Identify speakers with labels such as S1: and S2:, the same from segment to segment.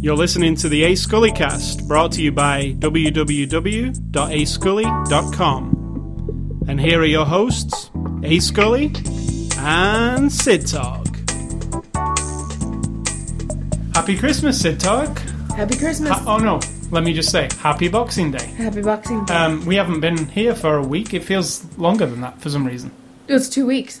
S1: You're listening to the A Scully cast brought to you by www.ascully.com. And here are your hosts, A Scully and Sid Talk. Happy Christmas, Sid Talk.
S2: Happy Christmas.
S1: Ha- oh no, let me just say, happy Boxing Day.
S2: Happy Boxing Day.
S1: Um, we haven't been here for a week. It feels longer than that for some reason.
S2: it's two weeks.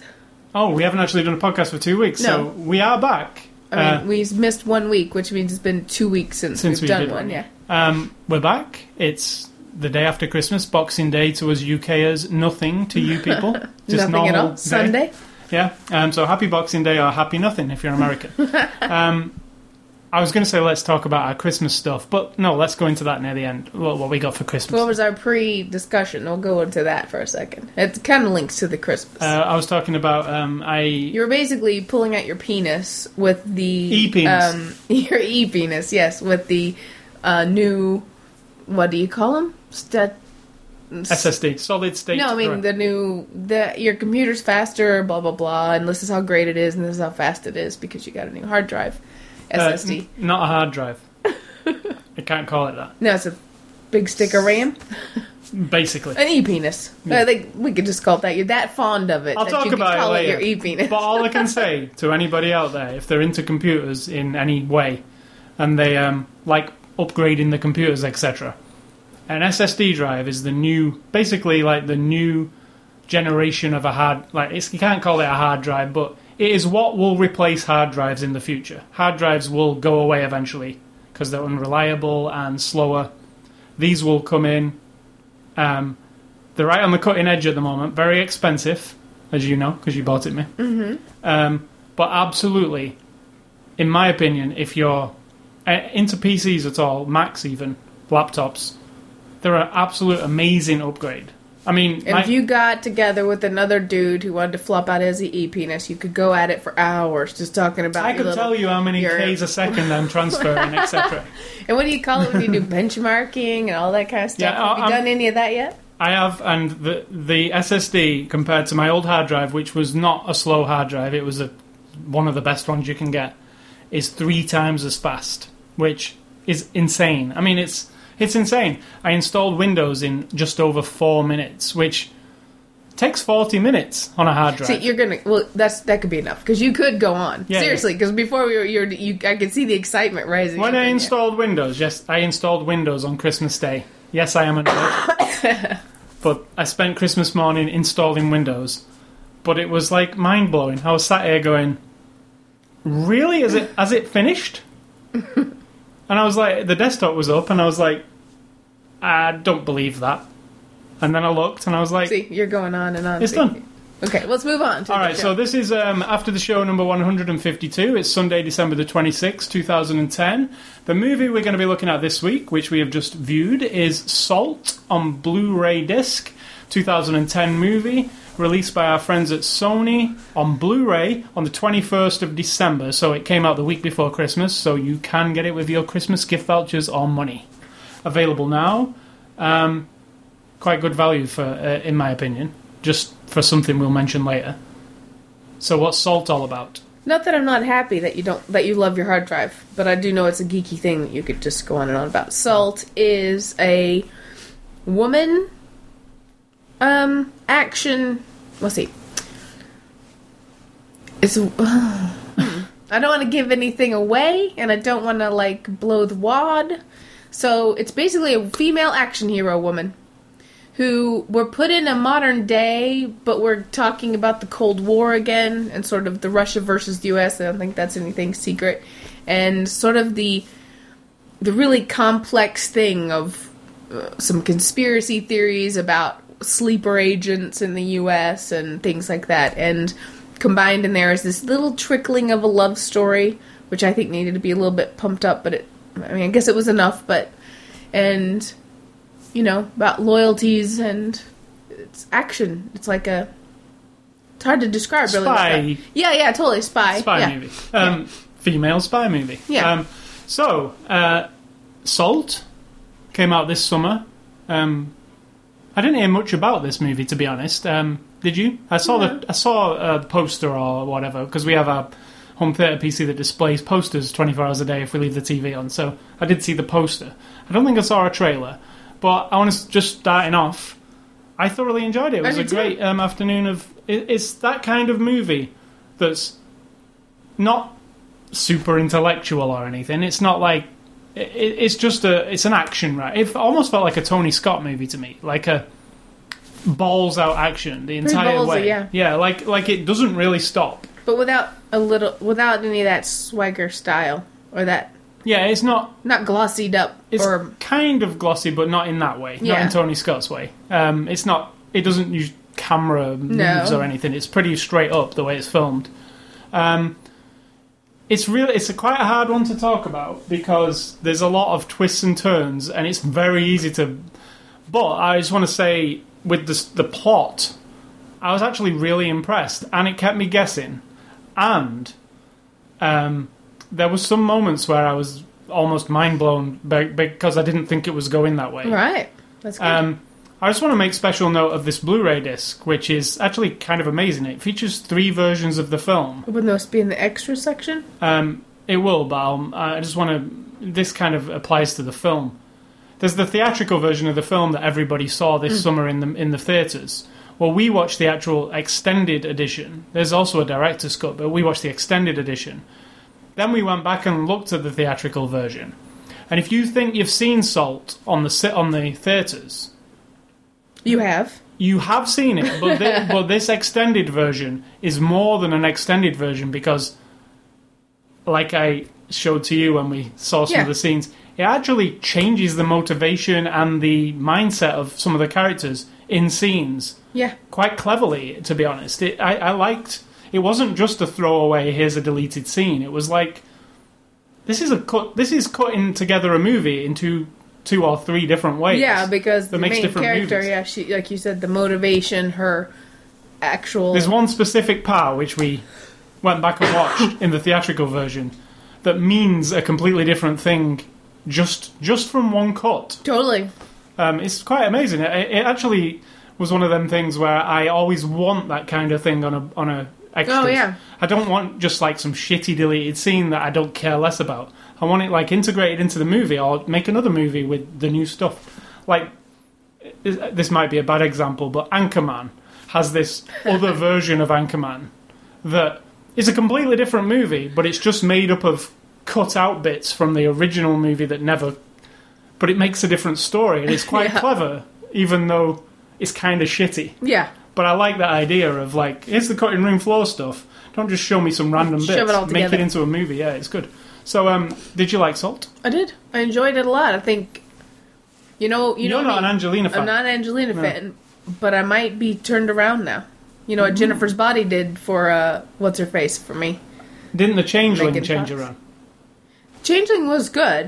S1: Oh, we haven't actually done a podcast for two weeks, so
S2: No.
S1: we are back.
S2: I mean,
S1: Uh,
S2: we've missed one week, which means it's been two weeks since,
S1: Since
S2: we've
S1: we
S2: done
S1: did
S2: one.
S1: one.
S2: Yeah.
S1: Um, we're back. It's the day after Christmas, Boxing Day to us UKers, nothing to you people. Just
S2: Nothing at
S1: normal
S2: all.
S1: day.
S2: Sunday.
S1: Yeah. Um, so happy Boxing Day or happy nothing if you're American. um, I was going to say let's talk about our Christmas stuff, but no, let's go into that near the end. What, what we got for Christmas?
S2: What was our pre-discussion? We'll go into that for a second. It kind of links to the Christmas.
S1: uh, I was talking about um, I.
S2: you were basically pulling out your penis with the
S1: E-penis.
S2: um, your e penis. Yes, with the uh, new what do you call them? Stat.
S1: SSD, solid state.
S2: No, I mean
S1: drive.
S2: the new the your computer's faster, blah blah blah, and this is how great it is, and this is how fast it is because you got a new hard drive,
S1: Uh,
S2: SSD.
S1: n- not a hard drive. I can't call it that.
S2: no, it's a big stick of RAM,
S1: Basically.
S2: an e penis.
S1: Yeah.
S2: I think we could just call it that. You're that fond of it
S1: I'll
S2: that
S1: talk
S2: you could
S1: about it
S2: call it,
S1: later.
S2: your e penis.
S1: But all I can say to anybody out there, if they're into computers in any way, and they um, like upgrading the computers, etc., an SSD drive is the new, basically like the new generation of a hard. Like it's, you can't call it a hard drive, but it is what will replace hard drives in the future. Hard drives will go away eventually because they're unreliable and slower. These will come in. Um, they're right on the cutting edge at the moment. Very expensive, as you know, because you bought it me. Mm-hmm. Um, but absolutely, in my opinion, if you're uh, into PCs at all, Macs even, laptops, they're an absolute amazing upgrade. I mean,
S2: and
S1: my-
S2: if you got together with another dude who wanted to flop out his e penis, you could go at it for hours just talking about.
S1: I
S2: your
S1: could
S2: little-
S1: tell you how many
S2: your-
S1: Ks a second I'm transferring, etc.
S2: And what do you call it when you do benchmarking and all that kind of stuff?
S1: Yeah,
S2: Have you
S1: I'm-
S2: done any of that yet?
S1: I have, and the the SSD compared to my old hard drive, which was not a slow hard drive, it was a, one of the best ones you can get, is three times as fast, which is insane. I mean, it's it's insane. I installed Windows in just over four minutes, which takes forty minutes on a hard drive.
S2: See, you're gonna. Well, that's that could be enough because you could go on
S1: Yeah,
S2: seriously. Because before we were, you, were, you, I could see the excitement rising.
S1: when
S2: up
S1: I
S2: in you.
S1: installed Windows, yes, I installed Windows on Christmas Day. Yes, I am a nerd. but I spent Christmas morning installing Windows. But it was like mind blowing. I was sat here going, "Really? Is it? Has it finished?" and I was like, the desktop was up, and I was like, "I don't believe that." And then I looked, and I was like,
S2: see, you're going on and on.
S1: "It's
S2: See?
S1: done."
S2: Okay, let's move on. To
S1: All
S2: the
S1: right, so
S2: show.
S1: this is um, after the show number 152. It's Sunday, December the 26th, 2010. The movie we're going to be looking at this week, which we have just viewed, is Salt on Blu ray disc, 2010 movie, released by our friends at Sony on Blu ray on the 21st of December. So it came out the week before Christmas, so you can get it with your Christmas gift vouchers or money. Available now. Um, quite good value for, uh, in my opinion. Just for something we'll mention later. So what's salt all about?
S2: not that I'm not happy that you don't that you love your hard drive, but I do know it's a geeky thing that you could just go on and on about. Salt is a woman um action. Let's see. It's. a- I don't want to give anything away, and I don't want to like blow the wad. So it's basically a female action hero woman who were put in a modern day, but we're talking about the Cold War again and sort of the Russia versus the U.S. I don't think that's anything secret, and sort of the the really complex thing of uh, some conspiracy theories about sleeper agents in the U.S. and things like that, and combined in there is this little trickling of a love story, which I think needed to be a little bit pumped up, but it, I mean, I guess it was enough, but and you know, about loyalties and it's action. It's like a it's hard to describe really. what's
S1: Spy.
S2: that. Yeah, yeah, totally spy.
S1: Spy
S2: yeah.
S1: movie. Um, Female spy movie.
S2: Yeah.
S1: Um, so, uh, Salt came out this summer. Um, I didn't hear much about this movie, to uh, be honest. Um, did you? I saw the I saw a poster or whatever because we have our home theater PC that displays posters 24 hours a day if we leave the TV on. So I did see the poster. I don't think I saw a trailer, but I want to just starting off. I thoroughly enjoyed it. It
S2: I
S1: was a
S2: did too.
S1: great um, afternoon of. It, it's that kind of movie that's not super intellectual or anything. It's not like it, it- it's just a it's an action right. It almost felt like a Tony Scott movie to me, like a balls out action the
S2: Pretty
S1: entire
S2: ballsy,
S1: way.
S2: yeah.
S1: like like it doesn't really stop.
S2: but without a little, without any of that swagger style or that
S1: Yeah, it's not
S2: not glossied up
S1: It's
S2: or
S1: kind of glossy, but not in that way. Not
S2: Yeah.
S1: in Tony Scott's way. Um, it's not. It doesn't use camera moves or anything. It's pretty straight up the way it's filmed. Um, it's really. It's a quite a hard one to talk about because there's a lot of twists and turns, and it's very easy to. But I just want to say with this, the plot, I was actually really impressed, and it kept me guessing, and. Um, there were some moments where I was almost mind blown be- because I didn't think it was going that way.
S2: right. That's good.
S1: Um, I just want to make special note of this Blu-ray disc, which is actually kind of amazing. It features three versions of the film.
S2: Wouldn't those be in the extra section?
S1: Um, it will, but I'll, I just want to. This kind of applies to the film. There's the theatrical version of the film that everybody saw this summer in the in the theaters. Well, we watched the actual extended edition. There's also a director's cut, but we watched the extended edition. Then we went back and looked at the theatrical version. And if you think you've seen Salt on the sit on the theaters,
S2: You have.
S1: you have seen it, but thi- but this extended version is more than an extended version because, like I showed to you when we saw some
S2: Yeah.
S1: of the scenes, it actually changes the motivation and the mindset of some of the characters in scenes
S2: Yeah.
S1: quite cleverly. To be honest, it, I, I liked. It wasn't just a throwaway. Here's a deleted scene. It was like this is a cut. This is cutting together a movie into two or three different ways.
S2: yeah, because
S1: that
S2: the
S1: makes
S2: main
S1: different
S2: character,
S1: movies.
S2: yeah, she like you said, the motivation, her actual
S1: There's one specific part which we went back and watched in the theatrical version that means a completely different thing just just from one cut.
S2: totally.
S1: Um, it's quite amazing. It, it actually was one of them things where I always want that kind of thing on a on a extras.
S2: Oh, yeah.
S1: I don't want just like some shitty deleted scene that I don't care less about. I want it like integrated into the movie or make another movie with the new stuff. Like this this might be a bad example, but Anchorman has this other version of Anchorman that is a completely different movie, but it's just made up of cut out bits from the original movie that never. But it makes a different story, and it's quite
S2: Yeah.
S1: clever, even though it's kind of shitty.
S2: Yeah.
S1: But I like that idea of like, here's the cutting room floor stuff. Don't just show me some random
S2: Shove
S1: bits.
S2: it all
S1: Make it
S2: together.
S1: into a movie. Yeah, it's good. So, um, did you like Salt?
S2: I did. I enjoyed it a lot. I think you know you
S1: are
S2: know
S1: not
S2: me.
S1: an Angelina fan.
S2: I'm not an Angelina
S1: No.
S2: fan, but I might be turned around now. You know
S1: Mm-hmm.
S2: what Jennifer's body did for uh what's her face for me.
S1: Didn't the Changeling
S2: Megan
S1: change
S2: Fox.
S1: around?
S2: Changeling was good.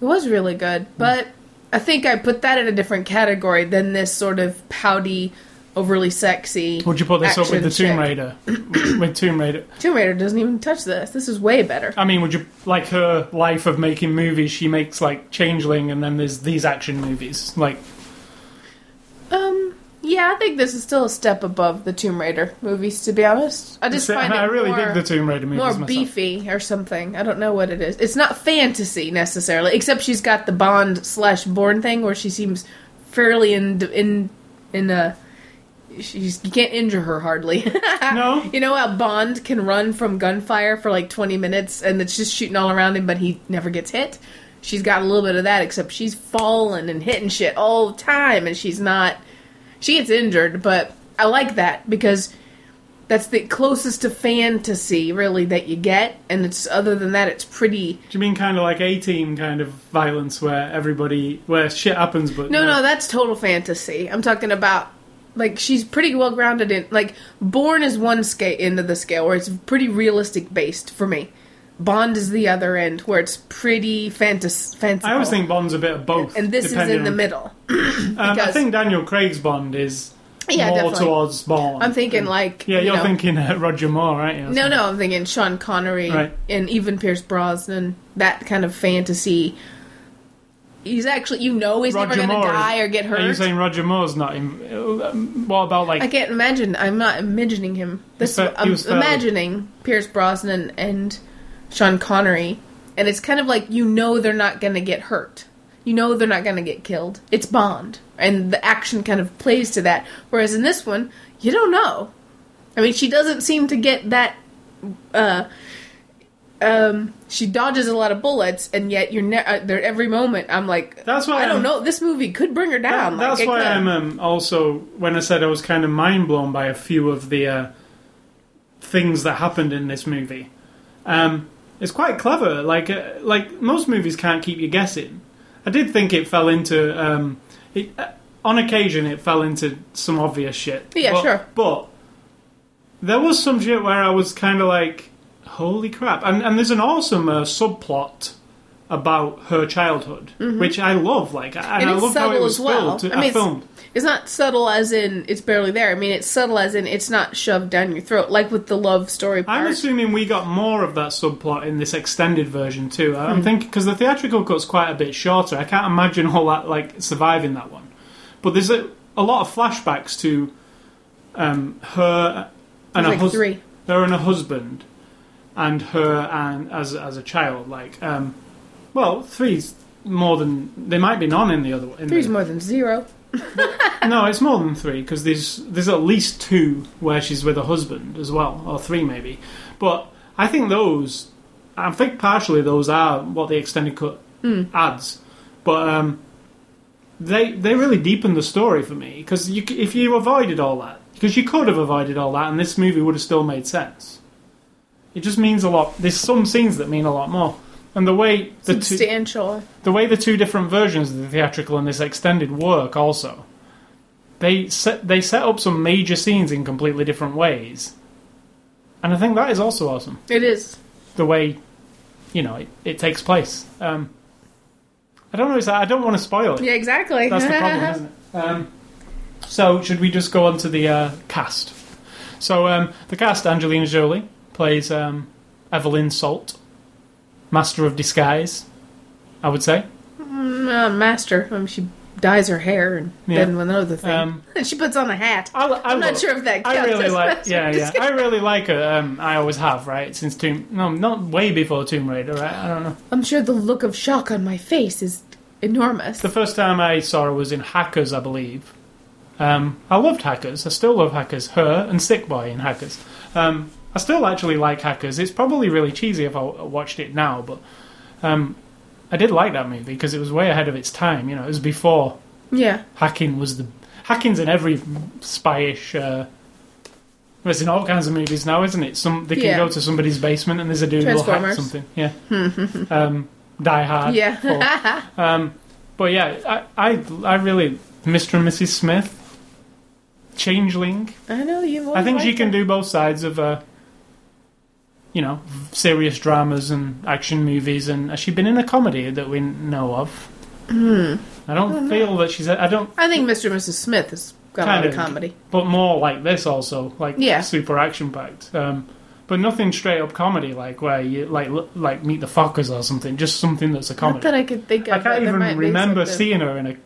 S2: It was really
S1: Hmm.
S2: good, but I think I put that in a different category than this sort of pouty, overly sexy.
S1: Would you put this up with
S2: action
S1: the Tomb
S2: chick.
S1: Raider? with Tomb Raider,
S2: Tomb Raider doesn't even touch this. This is way better.
S1: I mean, would you like her life of making movies? She makes like Changeling, and then there's these action movies. Like,
S2: Um, yeah, I think this is still a step above the Tomb Raider movies. To be honest, I just
S1: I
S2: find it
S1: really
S2: more,
S1: dig the Tomb Raider movies
S2: more
S1: myself.
S2: beefy or something. I don't know what it is. It's not fantasy necessarily, except she's got the Bond slash Born thing where she seems fairly in in in a. She's, you can't injure her hardly.
S1: No.
S2: You know how Bond can run from gunfire for like 20 minutes and it's just shooting all around him, but he never gets hit? She's got a little bit of that, except she's falling and hitting shit all the time and she's not. She gets injured, but I like that because that's the closest to fantasy, really, that you get. And it's other than that, it's pretty.
S1: Do you mean kind of like A Team kind of violence where everybody where shit happens, but
S2: No, no, that's total fantasy. I'm talking about like she's pretty well grounded in like Born is one scale end of the scale where it's pretty realistic based for me. Bond is the other end where it's pretty fantas fanciful.
S1: I always think Bond's a bit of both.
S2: and this is
S1: depending
S2: in the
S1: on-
S2: middle.
S1: Um, I
S2: because-
S1: think Daniel Craig's Bond is
S2: Yeah,
S1: more
S2: definitely.
S1: towards Bond.
S2: I'm thinking like
S1: yeah,
S2: you
S1: you're
S2: know,
S1: thinking uh, Roger Moore, right?
S2: No, no, I'm thinking Sean Connery
S1: Right.
S2: and even Pierce Brosnan, that kind of fantasy. he's actually you know he's
S1: Roger
S2: never going
S1: Moore
S2: to
S1: is-
S2: die or get hurt.
S1: Are you saying Roger Moore's not in? uh, What about like?
S2: I can't imagine. I'm not imagining him. This
S1: fa- he
S2: I'm
S1: was fairly-
S2: imagining Pierce Brosnan and Sean Connery, and it's kind of like you know they're not going to get hurt. You know they're not going to get killed. It's Bond, and the action kind of plays to that. Whereas in this one, you don't know. I mean, she doesn't seem to get that. Uh, um, she dodges a lot of bullets, and yet you're ne- uh, there every moment. I'm like,
S1: That's why
S2: I don't
S1: I'm-
S2: know. This movie could bring her
S1: That-
S2: down.
S1: that's
S2: Like, it
S1: why
S2: could.
S1: I'm um, also when I said I was kind of mind blown by a few of the uh, things that happened in this movie. Um, it's quite clever. Like uh, like most movies can't keep you guessing. I did think it fell into um, it, uh, on occasion it fell into some obvious shit.
S2: Yeah,
S1: but,
S2: sure.
S1: But there was some shit where I was kind of like, "Holy crap!" And, and there's an awesome uh, subplot about her childhood, which I love. Like, I, and
S2: It
S1: I
S2: is
S1: love how
S2: Mm-hmm. subtle
S1: it was
S2: as well.
S1: filmed. To,
S2: I mean,
S1: uh, filmed.
S2: It's not subtle as in it's barely there. I mean, it's subtle as in it's not shoved down your throat, like with the love story part.
S1: I'm assuming we got more of that subplot in this extended version too.
S2: Hmm.
S1: I- I'm thinking because the theatrical cut's quite a bit shorter. I can't imagine all that like surviving that one. But there's a, a lot of flashbacks to um, her and
S2: There's
S1: her
S2: like
S1: hus-
S2: three.
S1: her and her husband, and her and as as a child. Like, um, well, three's more than there might be none in the other. In
S2: Three's
S1: the,
S2: more than zero.
S1: no, it's more than three because there's there's at least two where she's with her husband as well, or three maybe. But I think those, I think partially those are what the extended cut adds, but um, they they really deepen the story for me because you, c- if you avoided all that, because you could have avoided all that, and this movie would have still made sense. It just means a lot. There's some scenes that mean a lot more, and the way the two,
S2: Substantial.
S1: the way the two different versions of the theatrical and this extended work also they set they set up some major scenes in completely different ways and i think that is also awesome
S2: It is.
S1: the way you know it, it takes place um i don't know is that i don't want to spoil it
S2: Yeah, exactly.
S1: that's the problem isn't it um so should we just go on to the uh, cast so um the cast angelina jolie plays um evelyn salt master of disguise i would say
S2: Mm, uh, master. I mean, she dyes her hair and
S1: Yeah.
S2: then another thing.
S1: Um,
S2: and she puts on a hat.
S1: I, I
S2: am not
S1: love-
S2: sure if that counts.
S1: I really
S2: as
S1: like,
S2: Master
S1: yeah,
S2: of
S1: yeah.
S2: Disguise.
S1: I really like her. Um, I always have, right? Since Tomb, no, not way before Tomb Raider, right? I don't know.
S2: I'm sure the look of shock on my face is enormous.
S1: The first time I saw her was in Hackers, I believe. Um, I loved Hackers. I still love Hackers. Her and Sick Boy in Hackers. Um, I still actually like Hackers. It's probably really cheesy if I w- watched it now, but um, I did like that movie because it was way ahead of its time. You know, it was before
S2: yeah.
S1: hacking was the hacking's in every spyish. Uh, well, it's in all kinds of movies now, isn't it? Some they can
S2: Yeah.
S1: go to somebody's basement and there's a dude who'll hack
S2: Transformers.
S1: something. Yeah, um, Die Hard. four.
S2: Yeah.
S1: Um, but yeah, I, I I really Mr. and Mrs. Smith, Changeling.
S2: I know Oh, you.
S1: I think she can do both sides of, uh, you know, serious dramas and action movies. And has she been in a comedy that we know of?
S2: Hmm.
S1: I don't,
S2: Oh,
S1: feel that she's. I don't
S2: I think Mr. and Mrs. Smith has got a lot
S1: Kind
S2: of
S1: of.
S2: comedy.
S1: but more like this also, like
S2: Yeah.
S1: super action packed. Um, but nothing straight up comedy like where you like l- like Meet the Fockers or something. Just something that's a
S2: Not
S1: comedy.
S2: that I could think of.
S1: I
S2: but
S1: can't
S2: there might
S1: even
S2: be
S1: remember
S2: something.
S1: seeing her in a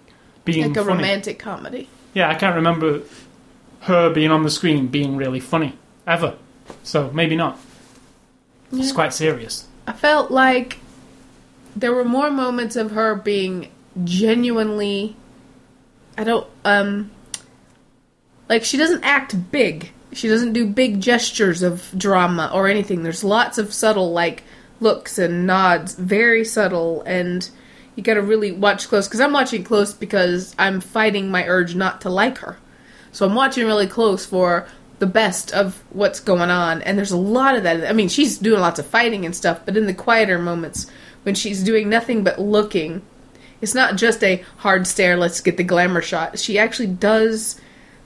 S1: being
S2: like a
S1: funny.
S2: romantic comedy.
S1: Yeah, I can't remember her being on the screen being really funny ever. So maybe not. It's
S2: Yeah.
S1: quite serious.
S2: I felt like there were more moments of her being genuinely. I don't um. Like she doesn't act big. She doesn't do big gestures of drama or anything. There's lots of subtle like looks and nods, very subtle, and you got to really watch close. Because I'm watching close because I'm fighting my urge not to like her. So I'm watching really close for the best of what's going on, and there's a lot of that. I mean, she's doing lots of fighting and stuff, but in the quieter moments when she's doing nothing but looking, it's not just a hard stare, let's get the glamour shot. She actually does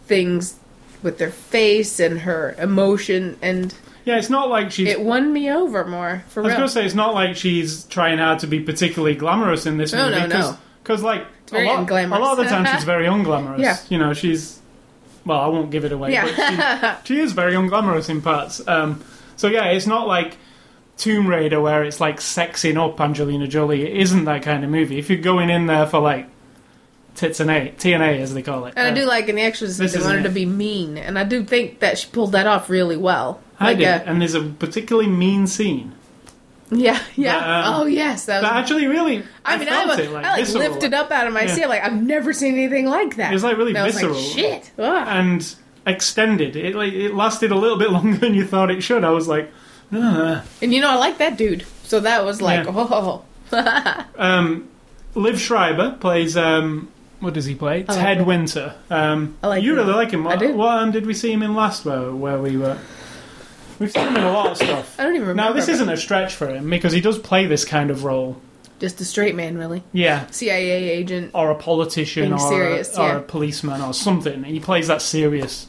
S2: things with her face and her emotion, and
S1: Yeah, it's not like she's.
S2: it won me over more, for
S1: I was
S2: real.
S1: gonna say it's not like she's trying hard to be particularly glamorous in this
S2: No,
S1: movie.
S2: no, no.
S1: Because like a
S2: very
S1: lot,
S2: unglamorous.
S1: a lot of the time she's very unglamorous.
S2: Yeah.
S1: You know, she's. Well, I won't give it away. But she,
S2: yeah.
S1: she is very unglamorous in parts. Um, so yeah, it's not like Tomb Raider where it's like sexing up Angelina Jolie. It isn't that kind of movie. If you're going in there for like tits and A, TNA as they call it.
S2: And I
S1: uh,
S2: do like in the extras
S1: This
S2: they
S1: isn't
S2: wanted
S1: it.
S2: to be mean, and I do think that she pulled that off really well.
S1: I
S2: like
S1: did.
S2: uh,
S1: and there's a particularly mean scene.
S2: yeah, yeah.
S1: But, um,
S2: oh yes, that
S1: But
S2: was.
S1: actually, really,
S2: I mean, I,
S1: felt
S2: was-
S1: it like,
S2: I like
S1: visceral.
S2: lifted up out of my
S1: Yeah.
S2: seat. Like I've never seen anything like that.
S1: It was, like, really
S2: And I was
S1: visceral.
S2: Like, Shit. Ah.
S1: and extended. It like it lasted a little bit longer than you thought it should. I was like, "Ugh."
S2: And you know, I like that dude. So that was like,
S1: Yeah.
S2: oh,
S1: um, Liv Schreiber plays um, what does he play?
S2: I like
S1: Ted
S2: him.
S1: Winter. Um,
S2: I like
S1: you
S2: him.
S1: really like him. What,
S2: I do.
S1: what um, did we see him in last where, where we were? We've seen him in a lot of stuff.
S2: I don't even remember.
S1: Now this
S2: him.
S1: isn't a stretch for him because he does play this kind of role.
S2: just a straight man, really.
S1: Yeah.
S2: CIA agent.
S1: Or a politician,
S2: Being
S1: or,
S2: serious,
S1: a, or
S2: yeah.
S1: a policeman, or something. He plays that serious.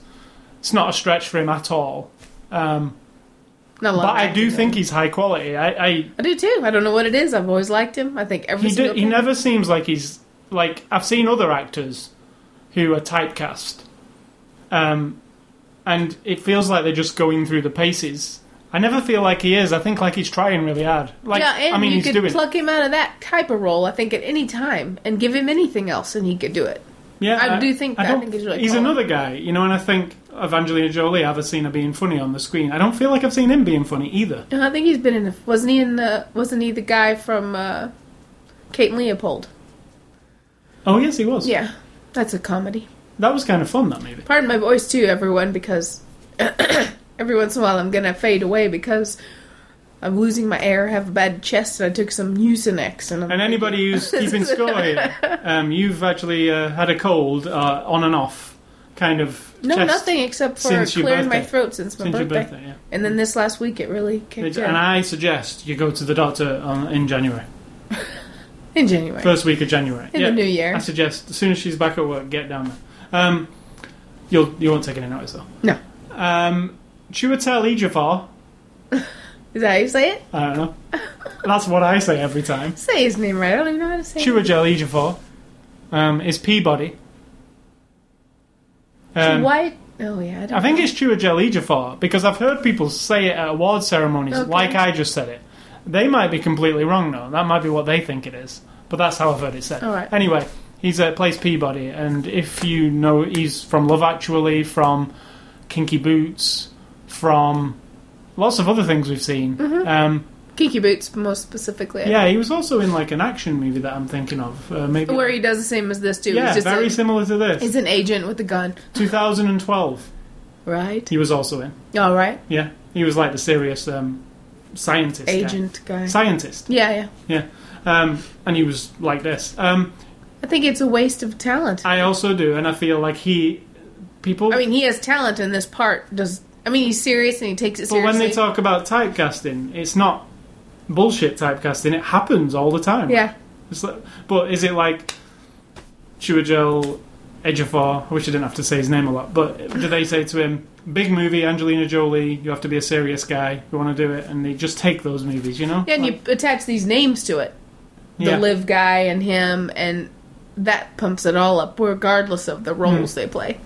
S1: It's not a stretch for him at all. Um,
S2: Not a lot
S1: but
S2: of
S1: I do
S2: acting,
S1: think
S2: though.
S1: he's high quality. I, I
S2: I do too. I don't know what it is. I've always liked him. I think every
S1: he
S2: single
S1: did, he
S2: time.
S1: never seems like he's like I've seen other actors who are typecast, um, and it feels like they're just going through the paces. I never feel like he is. I think like he's trying really hard. Like
S2: yeah, and
S1: I mean,
S2: you
S1: he's
S2: could
S1: doing
S2: pluck him out of that type of role. I think at any time, and give him anything else, and he could do it.
S1: Yeah,
S2: I do think that. I
S1: don't-
S2: think he's really cool.
S1: another guy, you know. And I think of Angelina Jolie. I've seen her being funny on the screen. I don't feel like I've seen him being funny either.
S2: No, I think he's been in. The, wasn't he in the? Wasn't he the guy from uh, Kate and Leopold?
S1: Oh yes, he was.
S2: Yeah, that's a comedy.
S1: that was kind of fun. That movie.
S2: Pardon my voice too, everyone, because every once in a while I'm gonna fade away because I'm losing my air, have a bad chest, and I took some Mucinex. And, I'm
S1: And anybody who's keeping score here, um, you've actually uh, had a cold uh, on and off, kind of.
S2: no,
S1: chest
S2: nothing except for
S1: since your
S2: clearing my
S1: birthday.
S2: throat since my
S1: Since your
S2: birthday.
S1: birthday, yeah.
S2: And then this last week, it really kicked
S1: It's-
S2: in.
S1: And I suggest you go to the doctor on, in January,
S2: in January,
S1: first week of January.
S2: in
S1: yeah,
S2: the new year.
S1: I suggest as soon as she's back at work, get down there. Um, you'll you won't take any notice though.
S2: No.
S1: Um, Chiwetel Ejiofor.
S2: Is that how you say it?
S1: I don't know. That's what I say every time.
S2: Say his name right. I don't even know how to say it.
S1: Chiwetel Ejiofor um, is Peabody. Um,
S2: White. Oh yeah, I don't.
S1: I think it's Chiwetel Ejiofor because I've heard people say it at award ceremonies,
S2: Okay.
S1: like I just said it. They might be completely wrong though. That might be what they think it is, but that's how I've heard it said.
S2: All right.
S1: Anyway, he's uh, plays Peabody, and if you know, he's from Love Actually, from Kinky Boots, from lots of other things we've seen.
S2: Mm-hmm.
S1: Um,
S2: Kinky Boots, most specifically. I
S1: yeah, he was also in like an action movie that I'm thinking of. Uh, maybe
S2: Where he does the same as this too.
S1: yeah,
S2: he's just
S1: very
S2: a-
S1: similar to this.
S2: he's an agent with a gun,
S1: 2012.
S2: right?
S1: He was also in.
S2: All right,
S1: Yeah, he was like the serious um, scientist. guy.
S2: agent guy.
S1: Scientist.
S2: Yeah, yeah.
S1: Um, and he was like this. Um,
S2: I think it's a waste of talent. I,
S1: I also do, and I feel like he. People.
S2: mean, he has talent in this part. Does I mean he's serious and he takes it
S1: but
S2: seriously?
S1: when they talk about typecasting, it's not bullshit typecasting. It happens all the time.
S2: yeah,
S1: It's like, but is it like Chiwetel Ejiofor? I wish I didn't have to say his name a lot. But do they say to him, "Big movie, Angelina Jolie. You have to be a serious guy. You want to do it." And they just take those movies, you know?
S2: yeah, and you
S1: Like,
S2: attach these names to it. The
S1: yeah.
S2: live guy and him, and that pumps it all up, regardless of the roles
S1: Hmm.
S2: they play.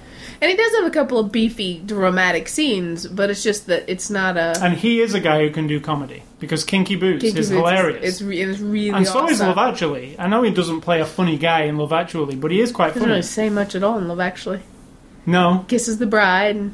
S2: And he does have a couple of beefy dramatic scenes, but it's just that it's not a
S1: And he is a guy who can do comedy because Kinky Boots
S2: Kinky
S1: is
S2: Boots
S1: hilarious.
S2: It's, re- it's really
S1: and so is
S2: awesome.
S1: Love Actually. I know he doesn't play a funny guy in Love Actually, but he is quite
S2: Doesn't really
S1: funny.
S2: say much at all in Love Actually.
S1: No,
S2: Kisses the bride and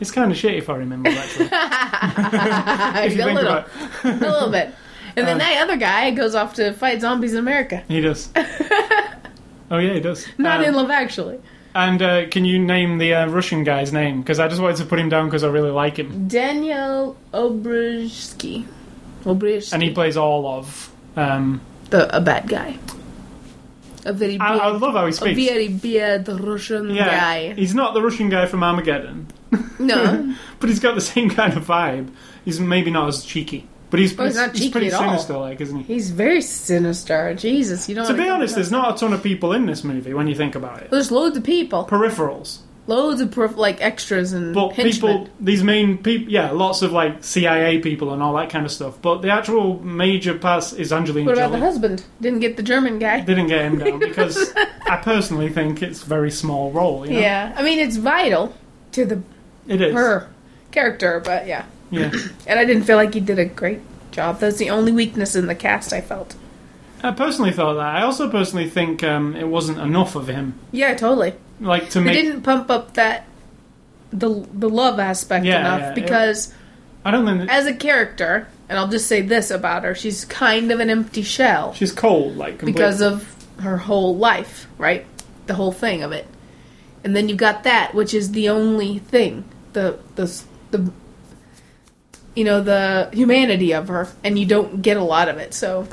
S1: it's kind of shitty for him in Love Actually.
S2: a
S1: if you think
S2: little,
S1: about
S2: a little bit. And then
S1: Uh,
S2: that other guy goes off to fight zombies in America.
S1: it. He does. oh, yeah, he does.
S2: Not
S1: Um,
S2: in Love Actually.
S1: And uh, can you name the uh, Russian guy's name? Because I just wanted to put him down because I really like him.
S2: Daniel Obrishki. Obrishki.
S1: And he plays all of. Um,
S2: the, a bad guy. A very
S1: I, I
S2: bad,
S1: love how he
S2: a
S1: speaks.
S2: very bad Russian
S1: Yeah,
S2: guy.
S1: he's not the Russian guy from Armageddon,
S2: No,
S1: but he's got the same kind of vibe. He's maybe not as cheeky, but he's,
S2: Oh, he's not cheeky
S1: pretty
S2: at all.
S1: sinister, like, isn't he?
S2: he's very sinister. Jesus, you don't.
S1: To
S2: wanna
S1: be
S2: come
S1: honest,
S2: across-
S1: there's not a ton of people in this movie when you think about it.
S2: there's loads of people,
S1: Peripherals,
S2: loads of perf- like extras and
S1: but
S2: henchmen.
S1: people, these main people, yeah, lots of like CIA people and all that kind of stuff. But the actual major pass is Angelina
S2: What about the
S1: Jolie.
S2: husband? Didn't get the German guy.
S1: Didn't get him down because I personally think it's a very small role. You know?
S2: Yeah, I mean it's vital to the
S1: it is.
S2: her character, but yeah.
S1: Yeah,
S2: And I didn't feel like he did a great job. That's the only weakness in the cast I felt.
S1: I personally felt that. I also personally think um, it wasn't enough of him.
S2: Yeah, totally.
S1: Like to
S2: They
S1: make.
S2: didn't pump up that the the love aspect
S1: Yeah,
S2: enough
S1: yeah, it-
S2: because
S1: I don't think that,
S2: as a character, and I'll just say this about her, she's kind of an empty shell
S1: she's cold. Like completely.
S2: because of her whole life, right? The whole thing of it. And then you've got that, which is the only thing, the the the you know, the humanity of her, and you don't get a lot of it. So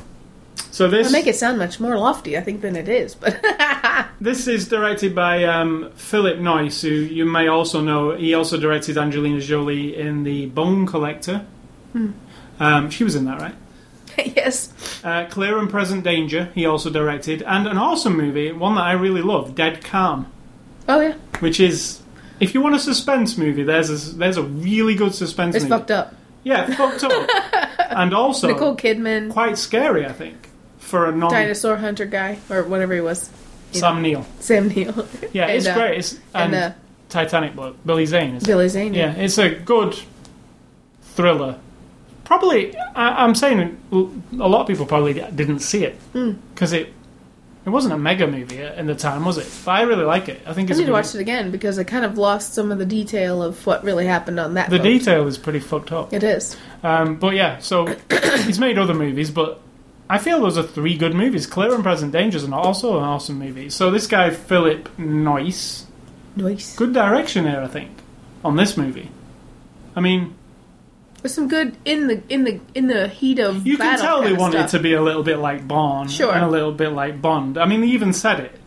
S1: so
S2: I
S1: this
S2: make it sound much more lofty, I think, than it is. But
S1: this is directed by um, Philip Noyce, who you may also know. He also directed Angelina Jolie in the Bone Collector. Um, she was in that, right?
S2: yes,
S1: Uh, Clear and Present Danger. He also directed, and an awesome movie, one that I really love, Dead Calm.
S2: oh yeah,
S1: which is if you want a suspense movie, there's a, there's a really good suspense
S2: it's
S1: movie.
S2: fucked up.
S1: Yeah, fucked up, and also
S2: Nicole Kidman,
S1: quite scary. I think for a non
S2: dinosaur hunter guy, or whatever he was,
S1: Sam Neill.
S2: Sam Neill,
S1: Yeah,
S2: And,
S1: it's
S2: uh,
S1: great. It's
S2: and
S1: and,
S2: uh,
S1: Titanic, but Billy Zane. Is
S2: Billy Zane.
S1: Yeah, it's a good thriller. Probably, I, I'm saying l- a lot of people probably didn't see it
S2: Hmm.
S1: because it it wasn't a mega movie in the time, was it? But I really like it. I think
S2: I
S1: it's a
S2: need to
S1: good-
S2: watch it again because I kind of lost some of the detail of what really happened on that.
S1: the
S2: boat.
S1: detail is pretty fucked up.
S2: It is.
S1: Um, but yeah, so he's made other movies, but I feel those are three good movies. Clear and Present Dangers are also an awesome movie. So this guy Philip Noyce,
S2: Nice.
S1: good direction here, I think, on this movie. I mean,
S2: There's some good in the in the in the heat of
S1: you can
S2: battle
S1: tell they
S2: kinda
S1: wanted
S2: stuff.
S1: to be a little bit like Bond
S2: Sure.
S1: and a little bit like Bond. I mean, they even said it.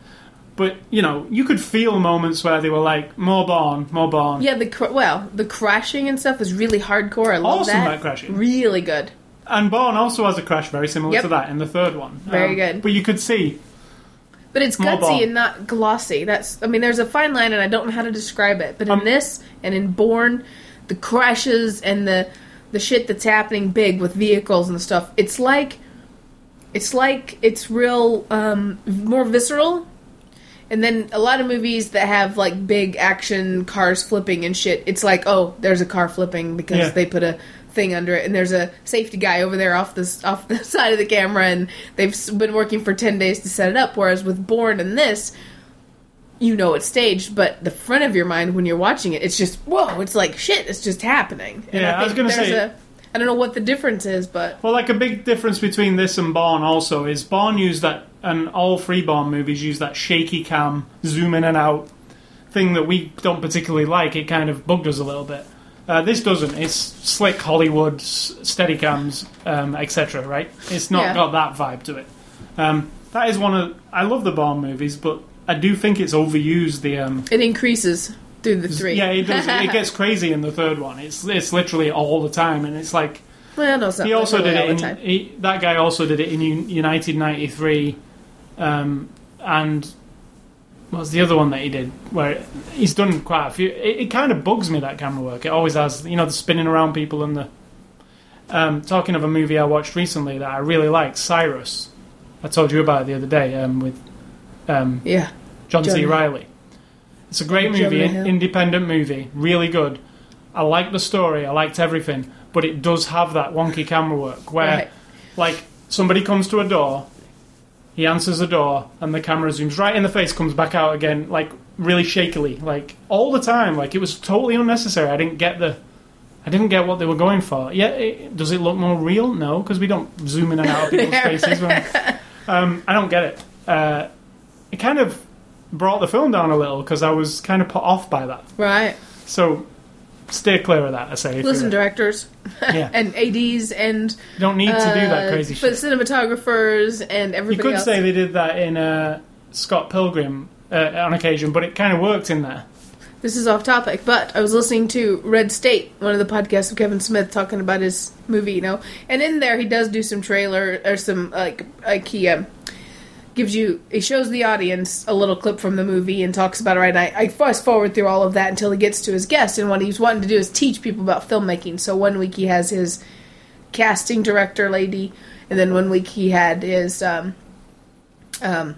S1: But you know, you could feel moments where they were like, "More Bond, more Bond."
S2: Yeah, the cr- well, the crashing and stuff is really hardcore. I love
S1: Awesome,
S2: that.
S1: that crashing.
S2: Really good.
S1: And Bond also has a crash very similar
S2: Yep.
S1: to that in the third one. Um,
S2: Very good.
S1: But you could see
S2: But it's
S1: More
S2: gutsy
S1: ball.
S2: and not glossy. That's I mean, there's a fine line, and I don't know how to describe it. But in
S1: Um,
S2: this and in Born, the crashes and the the shit that's happening big with vehicles and stuff. It's like it's like it's real um, more visceral. And then a lot of movies that have like big action cars flipping and shit. It's like oh, there's a car flipping because
S1: Yeah.
S2: they put a thing under it, and there's a safety guy over there off this off the side of the camera, and they've s- been working for ten days to set it up. Whereas with Born and this, you know it's staged, but the front of your mind when you're watching it, it's just whoa, it's like shit, it's just happening. And
S1: Yeah, I was gonna
S2: there's
S1: say-
S2: a- I don't know what the difference is, but
S1: Well, like a big difference between this and Bourne also is Bourne used that, and all three Bourne movies use that shaky cam, zoom in and out thing that we don't particularly like. It kind of bugged us a little bit. Uh, this doesn't. It's slick Hollywood, s- steady cams, um, etc. Right? It's not
S2: Yeah.
S1: got that vibe to it. Um, that is one of. I love the Bourne movies, but I do think it's overused. The um,
S2: it increases through the three.
S1: yeah, it does. it gets crazy in the third one. It's it's literally all the time, and it's like
S2: well, no, it's not
S1: he also
S2: really
S1: did
S2: all
S1: it.
S2: the
S1: In,
S2: time.
S1: he, that guy also did it in Un- United '93, um, and what's the other one that he did? Where he's done quite a few. It, it kind of bugs me that camera work. It always has, you know, the spinning around people and the. Um, talking of a movie I watched recently that I really liked, Cyrus. I told you about it the other day um, with um,
S2: Yeah,
S1: John,
S2: Jonah-
S1: C. Riley. It's a great
S2: Jonah
S1: movie,
S2: Hill.
S1: independent movie, really good. I liked the story, I liked everything, but it does have that wonky camera work where,
S2: Right.
S1: like, somebody comes to a door, he answers the door, and the camera zooms right in the face, comes back out again, like really shakily, like all the time. Like it was totally unnecessary. I didn't get the. I didn't get what they were going for. Yeah, it, does it look more real? No, because we don't zoom in and out of people's faces. When, um, I don't get it. Uh, it kind of brought the film down a little because I was kind of put off by that.
S2: right.
S1: So steer clear of that. I say. if
S2: Listen,
S1: you're-
S2: directors
S1: yeah,
S2: and ads and
S1: you don't need to do that
S2: uh,
S1: crazy
S2: for
S1: shit.
S2: cinematographers and everybody
S1: You could
S2: else.
S1: say they did that in uh, Scott Pilgrim uh, on occasion, but it kind of worked in there.
S2: This is off topic, but I was listening to Red State, one of the podcasts of Kevin Smith, talking about his movie, you know, and in there he does do some trailer or some like like he um, gives you he shows the audience a little clip from the movie and talks about it. Right, and I, I fast forward through all of that until he gets to his guest, and what he's wanting to do is teach people about filmmaking. So one week he has his casting director lady, and then one week he had his um, um,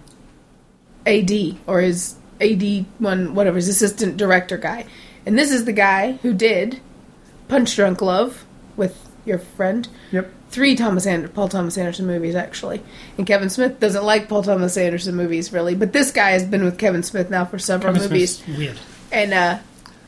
S2: AD or his AD one whatever his assistant director guy, and this is the guy who did Punch Drunk Love with your friend.
S1: Yep.
S2: Three Thomas Ander- Paul Thomas Anderson movies actually, and Kevin Smith doesn't like Paul Thomas Anderson movies really, but this guy has been with Kevin Smith now for several
S1: Kevin
S2: movies,
S1: Smith's weird.
S2: and uh,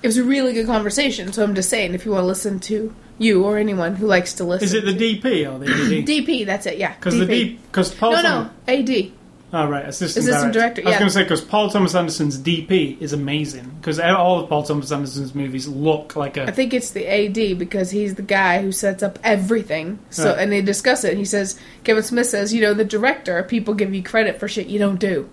S2: it was a really good conversation. So I'm just saying, if you want to listen to you or anyone who likes to listen,
S1: Is it the DP or the AD?
S2: DP? That's it, yeah.
S1: Because the
S2: DP.
S1: D because Paul
S2: No,
S1: Thomas.
S2: no, AD.
S1: Oh, right, assistant,
S2: Assistant director,
S1: I was
S2: yeah.
S1: going to say because Paul Thomas Anderson's DP is amazing because all of Paul Thomas Anderson's movies look like
S2: I
S1: a
S2: think it's the AD because he's the guy who sets up everything. So
S1: Right.
S2: and they discuss it. He says Kevin Smith says, you know, the director, people give you credit for shit you don't do.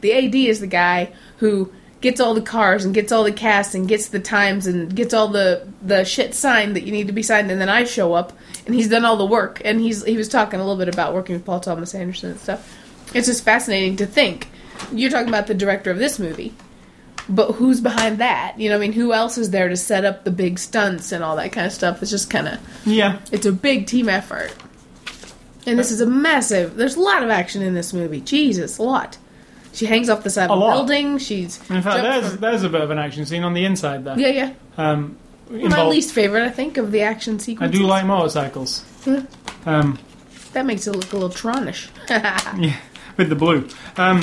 S2: The AD is the guy who gets all the cars and gets all the casts and gets the times and gets all the the shit signed that you need to be signed and then I show up and he's done all the work and he's he was talking a little bit about working with Paul Thomas Anderson and stuff. It's just fascinating to think. You're talking about the director of this movie but who's behind that? You know, what I mean, who else is there to set up the big stunts and all that kind of stuff? It's just kind of,
S1: yeah.
S2: it's a big team effort. And this is a massive. There's a lot of action in this movie. Jesus, a lot. She hangs off the side
S1: A
S2: of a
S1: lot.
S2: building. She's
S1: In fact,
S2: jumped
S1: there's
S2: from-
S1: there's a bit of an action scene on the inside there.
S2: yeah, yeah.
S1: Um,
S2: My
S1: involved-
S2: least favorite, I think, of the action
S1: I
S2: sequences.
S1: do like motorcycles.
S2: Yeah.
S1: Um,
S2: that. Makes it look a little tronish.
S1: yeah, with the blue. Um,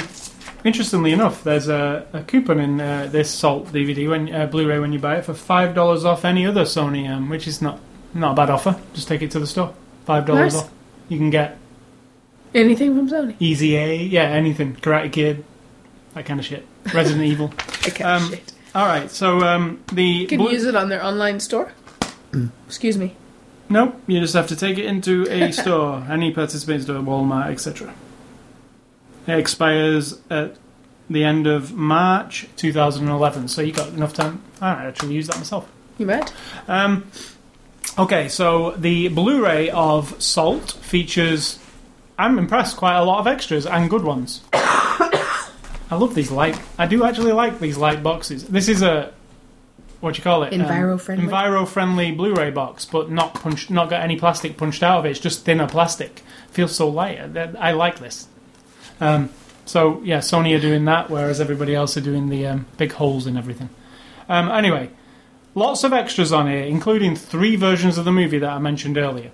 S1: interestingly enough, there's a, a coupon in uh, this Salt DVD when uh, Blu-ray when you buy it for five dollars off any other Sony, um, which is not not a bad offer. Just take it to the store, five dollars
S2: Nice.
S1: off. You can get
S2: Anything from Sony?
S1: Easy A, yeah, anything, Karate Kid, that kind of shit, Resident Evil.
S2: Okay,
S1: Um,
S2: shit.
S1: All right, so um, the
S2: You can
S1: Blu-
S2: use it on their online store. Excuse me.
S1: Nope, you just have to take it into a store, any participating store, Walmart, etc. It expires at the end of March 2011, so you got enough time. I don't actually use that myself.
S2: You mad?
S1: Um, okay, so the Blu-ray of Salt features. I'm impressed. Quite a lot of extras and good ones. I love these light. I do actually like these light boxes. This is a what do you call it? Um,
S2: Enviro-friendly?
S1: enviro-friendly Blu-ray box, but not punched. Not got any plastic punched out of it. It's just thinner plastic. Feels so light. Uh, I I like this. Um, so yeah, Sony are doing that, whereas everybody else are doing the um, big holes in everything. Um, anyway, Lots of extras on here, including three versions of the movie that I mentioned earlier.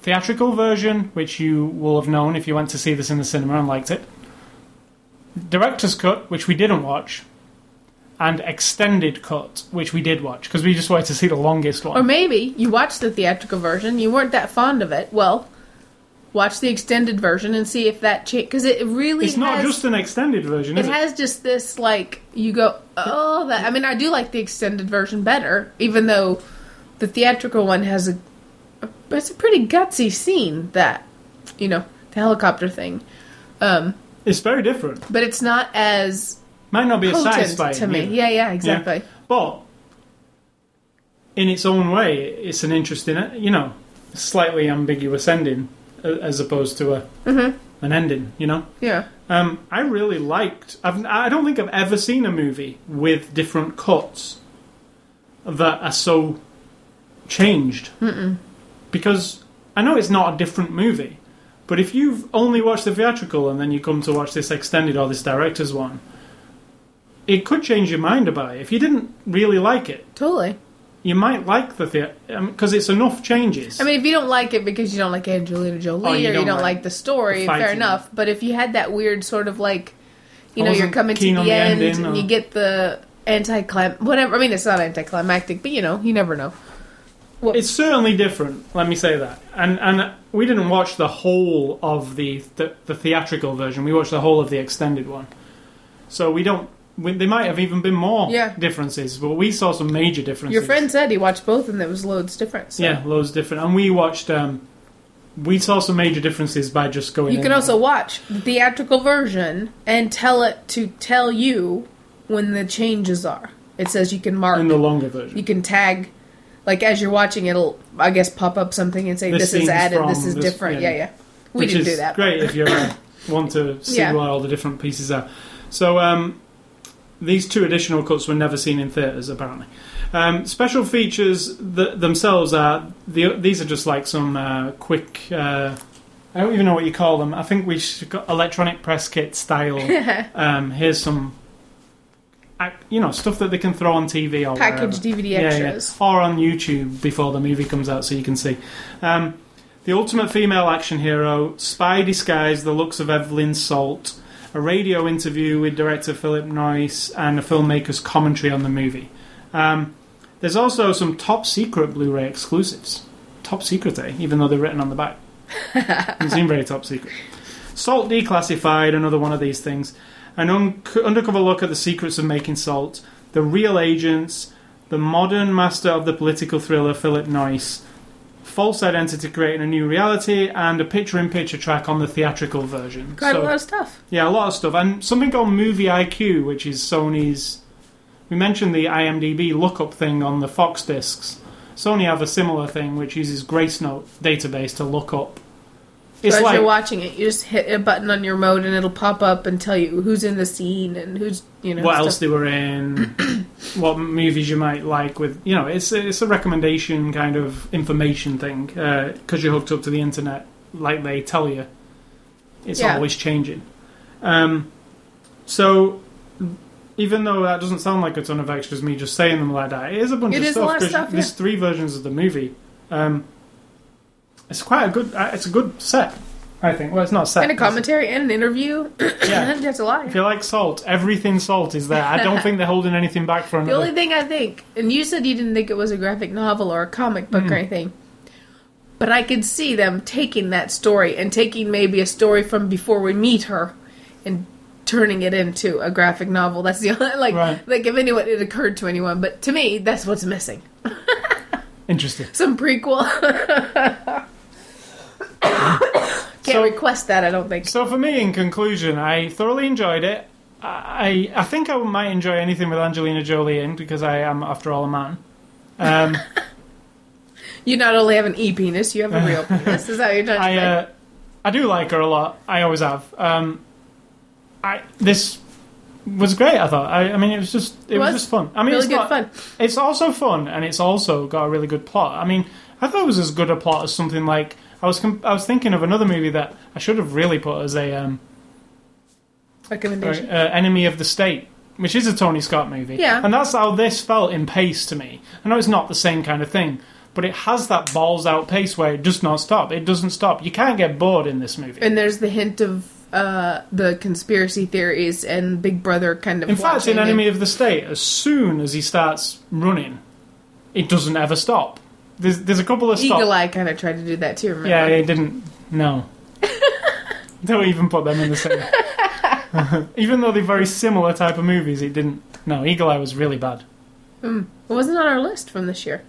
S1: Theatrical version, which you will have known if you went to see this in the cinema and liked it. Director's cut, which we didn't watch. And extended cut, which we did watch, because we just wanted to see the longest
S2: Or
S1: one.
S2: maybe you watched the theatrical version, you weren't that fond of it. Well, watch the extended version and see if that changed. Because it really
S1: It's not
S2: has,
S1: just an extended version,
S2: it
S1: is it?
S2: has just this like you go oh that. I mean, I do like the extended version better, even though the theatrical one has a, a it's a pretty gutsy scene that you know the helicopter thing, um,
S1: It's very different.
S2: but it's not as
S1: Might not be a satisfying
S2: potent to me.
S1: either.
S2: Yeah, yeah, exactly.
S1: But in its own way, it's an interesting, you know, slightly ambiguous ending a- as opposed to a an ending. You know,
S2: Yeah,
S1: um, I really liked. I've, I don't think I've ever seen a movie with different cuts that are so changed. Mm-mm. Because I know it's not a different movie, but if you've only watched the theatrical and then you come to watch this extended or this director's one, it could change your mind about it. If you didn't really like it,
S2: totally.
S1: you might like the theater because it's enough changes.
S2: I mean, if you don't like it because you don't like Angelina Jolie
S1: Oh, you
S2: or you
S1: don't
S2: don't
S1: like
S2: like the story,
S1: the fighting.
S2: fair enough. But if you had that weird sort of like, you
S1: I
S2: know, you're
S1: wasn't
S2: coming to
S1: keen
S2: the,
S1: on the
S2: end
S1: ending, uh,
S2: and
S1: or-
S2: you get the anticlim whatever. I mean, it's not anticlimactic, but you know, you never know.
S1: It's certainly different. Let me say that. And and we didn't watch the whole of the the, the theatrical version. We watched the whole of the extended one. So we don't. We, there might have even been more
S2: Yeah.
S1: differences, but we saw some major differences.
S2: Your friend said he watched both and there was loads different. So.
S1: yeah, loads different. And we watched. Um, we saw some major differences by just going.
S2: You
S1: in
S2: can
S1: and-
S2: also watch the theatrical version and tell it to tell you when the changes are. It says you can mark
S1: in the longer version.
S2: you can tag like as you're watching it'll i guess pop up something and say
S1: This
S2: this, is
S1: scene's
S2: added this
S1: from
S2: is
S1: this-
S2: different
S1: yeah.
S2: yeah yeah, we
S1: which
S2: didn't
S1: is
S2: do that
S1: Great if you uh, want to see
S2: Yeah.
S1: what all the different pieces are. So um, these two additional cuts were never seen in theatres apparently. Um, special features th- themselves are the, these are just like some uh, quick. Uh, I don't even know what you call them. I think we should got electronic press kit style. um, here's some ac- you know, stuff that they can throw on TV or wherever.
S2: Packaged DVD extras.
S1: or on YouTube before the movie comes out, so you can see. Um, the ultimate female action hero, spy disguised the looks of Evelyn Salt, a radio interview with director Philip Noyce, and a filmmaker's commentary on the movie. Um, there's also some top secret Blu-ray exclusives. Top secret, eh? Even though they're written on the back, doesn't seem very top secret. Salt declassified, another one of these things. An un- undercover look at the secrets of making salt, the real agents, the modern master of the political thriller Philip Noyce, false identity creating a new reality, and a picture-in-picture track on the theatrical version.
S2: Quite
S1: So-
S2: a lot of stuff.
S1: yeah, a lot of stuff. And something called Movie IQ, which is Sony's. We mentioned the IMDb lookup thing on the Fox discs. Sony have a similar thing, which uses Gracenote database to look up.
S2: So
S1: It's
S2: as
S1: like
S2: you're watching it, you just hit a button on your remote and it'll pop up and tell you who's in the scene and who's you know.
S1: what
S2: stuff.
S1: else they were in, what movies you might like. With you know, it's a, it's a recommendation kind of information thing because you're hooked up to the internet, like they tell you. It's
S2: Yeah.
S1: always changing. Um, so even though that doesn't sound like a ton of extras, me just saying them like that, it is a bunch
S2: It
S1: of
S2: is a
S1: stuff.
S2: lot of
S1: 'cause
S2: stuff,
S1: There's three versions of the movie. Um, it's quite a good. uh, It's a good set, I think. Well, it's not a set.
S2: And a
S1: it's-
S2: commentary and an interview. I
S1: Yeah.
S2: think that's a lot.
S1: If you like salt, everything salt is there. I don't think they're holding anything back for
S2: The
S1: another.
S2: only thing I think, and you said you didn't think it was a graphic novel or a comic book
S1: Mm-hmm.
S2: or anything, but I could see them taking that story and taking maybe a story from before we meet her and turning it into a graphic novel. That's the only like
S1: Right.
S2: like if anyone it occurred to anyone, but to me that's what's missing.
S1: Interesting.
S2: Some prequel. Can't
S1: So-
S2: request that, I don't think.
S1: So for me, in conclusion, I thoroughly enjoyed it. I I think I might enjoy anything with Angelina Jolie in because I am, after all, a man. Um,
S2: You not only have an e penis, you have a real penis. Is that what you're trying to
S1: I
S2: say?
S1: uh, I do like her a lot. I always have. Um, I this was great. I thought. I, I mean, it was just it,
S2: It
S1: was,
S2: was
S1: just fun. I mean,
S2: really
S1: it's
S2: good
S1: not-
S2: fun.
S1: It's also fun, and it's also got a really good plot. I mean, I thought it was as good a plot as something like I was. Com- I was thinking of another movie that I should have really put as a um, uh,
S2: Recommendation.
S1: Enemy of the State, which is a Tony Scott movie.
S2: Yeah.
S1: And that's how this felt in pace to me. I know it's not the same kind of thing, but it has that balls out pace where it does not stop. It doesn't stop. You can't get bored in this movie.
S2: And there's the hint of uh, the conspiracy theories and Big Brother kind of.
S1: in fact, in
S2: watching
S1: Enemy of the State, as soon as he starts running, it doesn't ever stop. There's, there's a couple of
S2: and Eagle
S1: stops.
S2: Eye kind of tried to do that too. Remember?
S1: Yeah, it didn't. No. Don't even put them in the same. even though they're very similar type of movies, it didn't. No, Eagle Eye was really bad.
S2: it wasn't on our list from this year.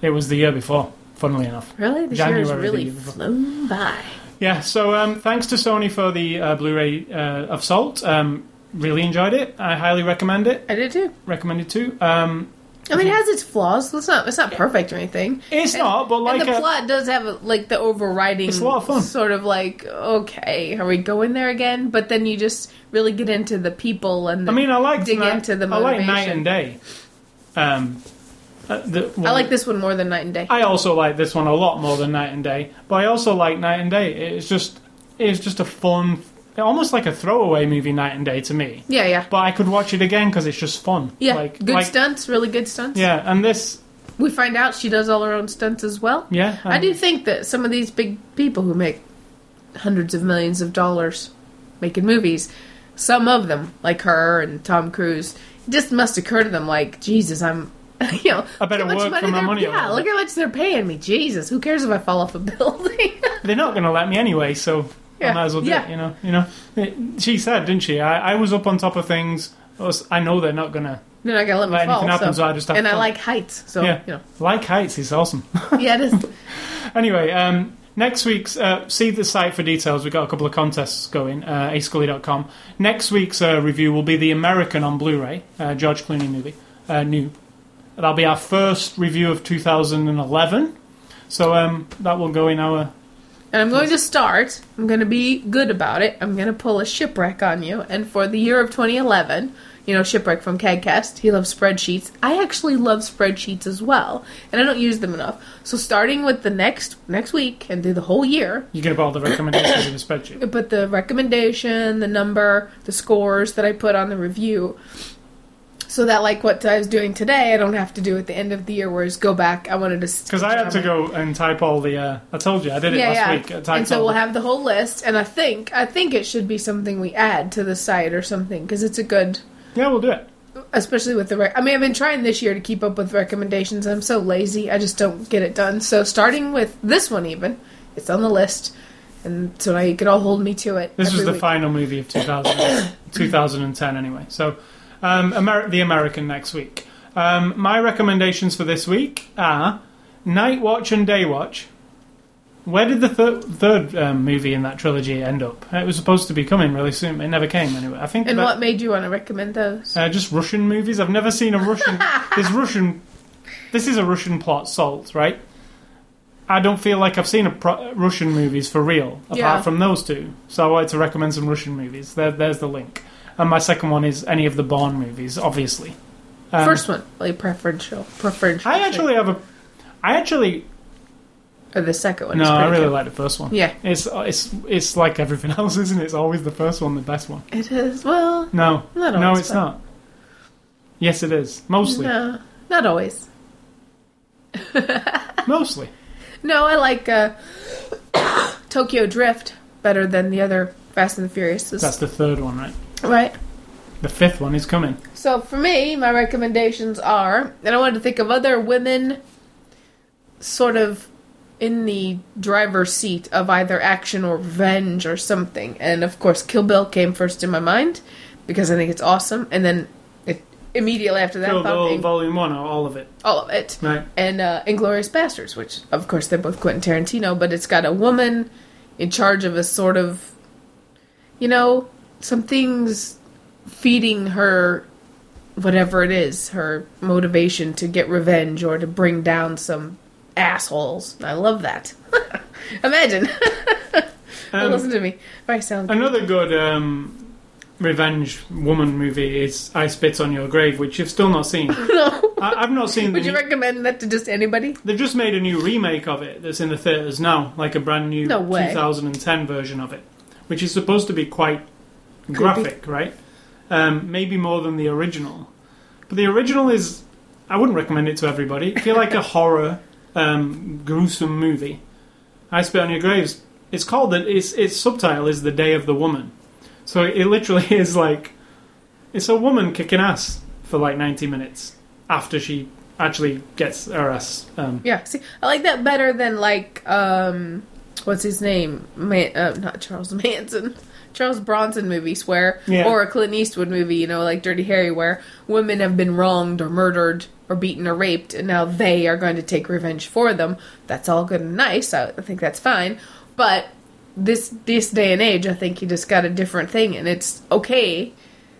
S1: It was the year before, funnily enough.
S2: Really, this year has
S1: January,
S2: really
S1: the year before.
S2: flown by.
S1: Yeah, so um, thanks to Sony for the uh, Blu ray uh, of Salt. Um, really enjoyed it. I highly recommend it.
S2: I did too.
S1: Recommend it too. Um,
S2: I mean, it has its flaws. It's not. It's not perfect or anything.
S1: it's
S2: And-
S1: not, but like.
S2: and the
S1: uh,
S2: plot does have like the overriding
S1: It's a lot of fun.
S2: sort of like okay are we going there again but then you just really get into the people and the,
S1: I mean, I like
S2: dig
S1: night,
S2: into the
S1: I like Night
S2: motivation.
S1: and Day. Um, uh, the,
S2: I like this one more than night and day
S1: I also like this one a lot more than Night and Day, but I also like Night and Day. It's just, it's just a fun, almost like a throwaway movie, Night and Day to me.
S2: yeah yeah
S1: But I could watch it again because it's just fun.
S2: yeah
S1: like,
S2: good
S1: like,
S2: stunts really good stunts
S1: Yeah, and this,
S2: we find out she does all her own stunts as well
S1: yeah,
S2: I
S1: and-
S2: do think that some of these big people who make hundreds of millions of dollars making movies, some of them, like her and Tom Cruise, just must occur to them like, Jesus, I'm, you know,
S1: I better
S2: look how much
S1: work for my
S2: they're-
S1: money a
S2: Yeah,
S1: little
S2: look how much they're paying me. Jesus, who cares if I fall off a building?
S1: they're not going to let me anyway, so I
S2: Yeah,
S1: might as well do
S2: yeah.
S1: it. You know, you know. It- she said, didn't she? I, I was up on top of things. I was- I know they're not going to
S2: they're not gonna let me
S1: let
S2: fall.
S1: anything happen,
S2: so-
S1: so I just have
S2: and I
S1: fun.
S2: like heights, so
S1: Yeah.
S2: you know,
S1: like heights. It's awesome.
S2: yeah, it is.
S1: anyway, um, next week's uh, see the site for details. We've got a couple of contests going. Uh, ascully.com. Next week's uh, review will be the American on Blu-ray, uh, George Clooney movie, uh, new. That'll be our first review of 2011. So um, that will go in our
S2: And I'm going to start. I'm going to be good about it. I'm going to pull a shipwreck on you. And for the year of 2011, you know, shipwreck from CADcast, he loves spreadsheets. I actually love spreadsheets as well, and I don't use them enough. So starting with the next next week and through the whole year,
S1: you get all the recommendations in a spreadsheet.
S2: I put the recommendation, the number, the scores that I put on the review. So that, like, what I was doing today, I don't have to do at the end of the year, whereas go back, I wanted to.
S1: Because I had to go and type all the. Uh, I told you I did it
S2: Yeah,
S1: last
S2: yeah.
S1: week. I typed
S2: And so
S1: all
S2: we'll
S1: the-
S2: have the whole list, and I think I think it should be something we add to the site or something because it's a good,
S1: yeah, we'll do it.
S2: especially with the. Rec- I mean, I've been trying this year to keep up with recommendations. I'm so lazy, I just don't get it done. So starting with this one, even it's on the list, and so now you can all hold me to it.
S1: This
S2: every
S1: was the
S2: week.
S1: final movie of 2000, 2010, anyway. So, um, Amer- The American next week. Um, my recommendations for this week are Night Watch and Day Watch. Where did the thir- third um, movie in that trilogy end up? It was supposed to be coming really soon. It never came, anyway. I think
S2: And
S1: that-
S2: what made you want to recommend those?
S1: uh, just Russian movies. I've never seen a Russian. this Russian. This is a Russian plot, Salt, right? I don't feel like I've seen a pro- Russian movies for real, apart
S2: Yeah.
S1: from those two. So I wanted to recommend some Russian movies. There, there's the link. And my second one is any of the Bourne movies, obviously. Um,
S2: First one, like preferential, preferential.
S1: I actually have a. I actually
S2: or the second one.
S1: no.
S2: is pretty
S1: I really
S2: good.
S1: like the first one.
S2: Yeah,
S1: It's uh, it's it's like everything else, isn't it? It's always the first one, the best one.
S2: it is. Well,
S1: No,
S2: not always.
S1: no, it's
S2: but-
S1: not. Yes, it is. Mostly,
S2: No, not always.
S1: mostly.
S2: No, I like uh, Tokyo Drift better than the other Fast and the Furious.
S1: That's the third one, right?
S2: Right.
S1: The fifth one is coming.
S2: So for me, my recommendations are, and I wanted to think of other women, sort of in the driver's seat of either action or revenge or something. And of course, Kill Bill came first in my mind because I think it's awesome. And then it, immediately after that, I
S1: Kill
S2: thought
S1: Bill
S2: Ing-
S1: Volume One or all of it,
S2: all of it.
S1: right?
S2: and uh, Inglorious Bastards, which of course they're both Quentin Tarantino, but it's got a woman in charge of a sort of, you know, some things feeding her whatever it is, her motivation to get revenge or to bring down some assholes. I love that. Imagine.
S1: Um,
S2: Listen to me. If I sound
S1: Another good um, revenge woman movie is I Spit on Your Grave, which you've still not seen.
S2: no.
S1: I, I've not seen. The
S2: Would you
S1: new,
S2: recommend that to just anybody?
S1: they've just made a new remake of it that's in the theaters now, like a brand new
S2: No way.
S1: 2010 version of it, which is supposed to be quite graphic, right? Um, maybe more than the original, but the original is. I wouldn't recommend it to everybody. I feel like a horror, um, gruesome movie. I Spit on Your Graves. It's called that. Its its subtitle is The Day of the Woman. So it literally is like it's a woman kicking ass for like ninety minutes after she actually gets her ass. Um,
S2: Yeah, see, I like that better than like um, what's his name? Man, uh, not Charles Manson, Charles Bronson movies where,
S1: Yeah.
S2: or a Clint Eastwood movie, you know, like Dirty Harry, where women have been wronged or murdered or beaten or raped, and now they are going to take revenge for them. That's all good and nice. I, I think that's fine, but this this day and age, I think you just got a different thing, and it's okay